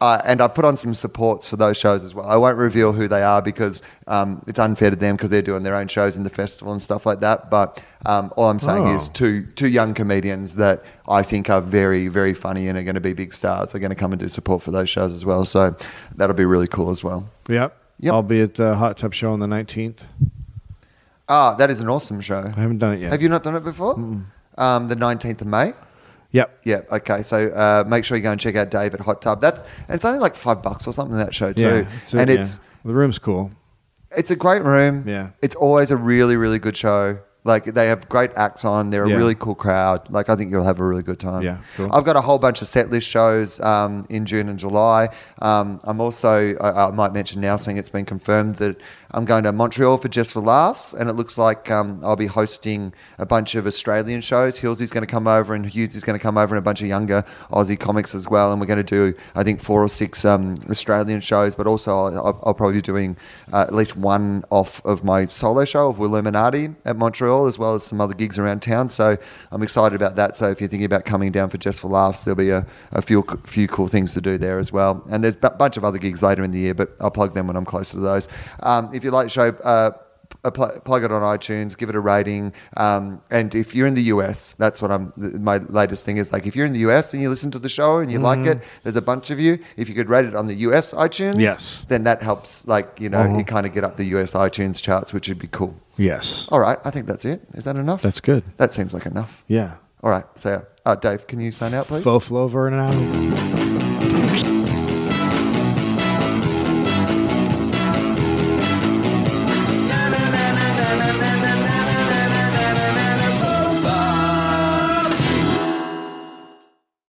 [SPEAKER 2] uh, and I put on some supports for those shows as well. I won't reveal who they are because um, it's unfair to them because they're doing their own shows in the festival and stuff like that. But um, all I'm saying
[SPEAKER 3] Oh.
[SPEAKER 2] is two two young comedians that I think are very very funny and are going to be big stars are going to come and do support for those shows as well. So that'll be really cool as well.
[SPEAKER 3] Yep.
[SPEAKER 2] Yep.
[SPEAKER 3] I'll be at the Hot Tub Show on the 19th.
[SPEAKER 2] Ah, that is an awesome show.
[SPEAKER 3] I haven't done it yet.
[SPEAKER 2] Have you not done it before? Um, the 19th of May.
[SPEAKER 3] Yep.
[SPEAKER 2] Yeah. Okay. So uh, make sure you go and check out Dave at Hot Tub. That's and it's only like five bucks or something that show too.
[SPEAKER 3] Yeah. it's a-
[SPEAKER 2] and
[SPEAKER 3] yeah.
[SPEAKER 2] it's
[SPEAKER 3] the room's cool.
[SPEAKER 2] it's a great room.
[SPEAKER 3] Yeah.
[SPEAKER 2] It's always a really, really good show. Like they have great acts on. They're
[SPEAKER 3] Yeah.
[SPEAKER 2] a really cool crowd. Like I think you'll have a really good time.
[SPEAKER 3] Yeah, cool.
[SPEAKER 2] I've got a whole bunch of set list shows um, in June and July. Um, I'm also I, I might mention now, saying it's been confirmed that I'm going to Montreal for Just for Laughs, and it looks like um, I'll be hosting a bunch of Australian shows. Hills is going to come over, and Hughes is going to come over, and a bunch of younger Aussie comics as well. And we're going to do I think four or six um, Australian shows, but also I'll, I'll, I'll probably be doing uh, at least one off of my solo show of Will Illuminati at Montreal, as well as some other gigs around town. So I'm excited about that. So if you're thinking about coming down for Just for Laughs, there'll be a, a few few cool things to do there as well. And there's a bunch of other gigs later in the year, but I'll plug them when I'm closer to those. Um, if you like the show, uh, uh, pl- plug it on iTunes, give it a rating. Um, and if you're in the US, that's what I'm. th- My latest thing is like if you're in the US and you listen to the show and you like it, there's a bunch of you. If you could rate it on the US iTunes,
[SPEAKER 3] Yes.
[SPEAKER 2] then that helps. Like you know, you kind of get up the US iTunes charts, which would be cool.
[SPEAKER 3] Yes.
[SPEAKER 2] All right, I think that's it. Is that enough?
[SPEAKER 3] That's good.
[SPEAKER 2] That seems like enough.
[SPEAKER 3] Yeah.
[SPEAKER 2] All right, so uh, Dave, can you sign out, please?
[SPEAKER 3] Faux flow over an hour.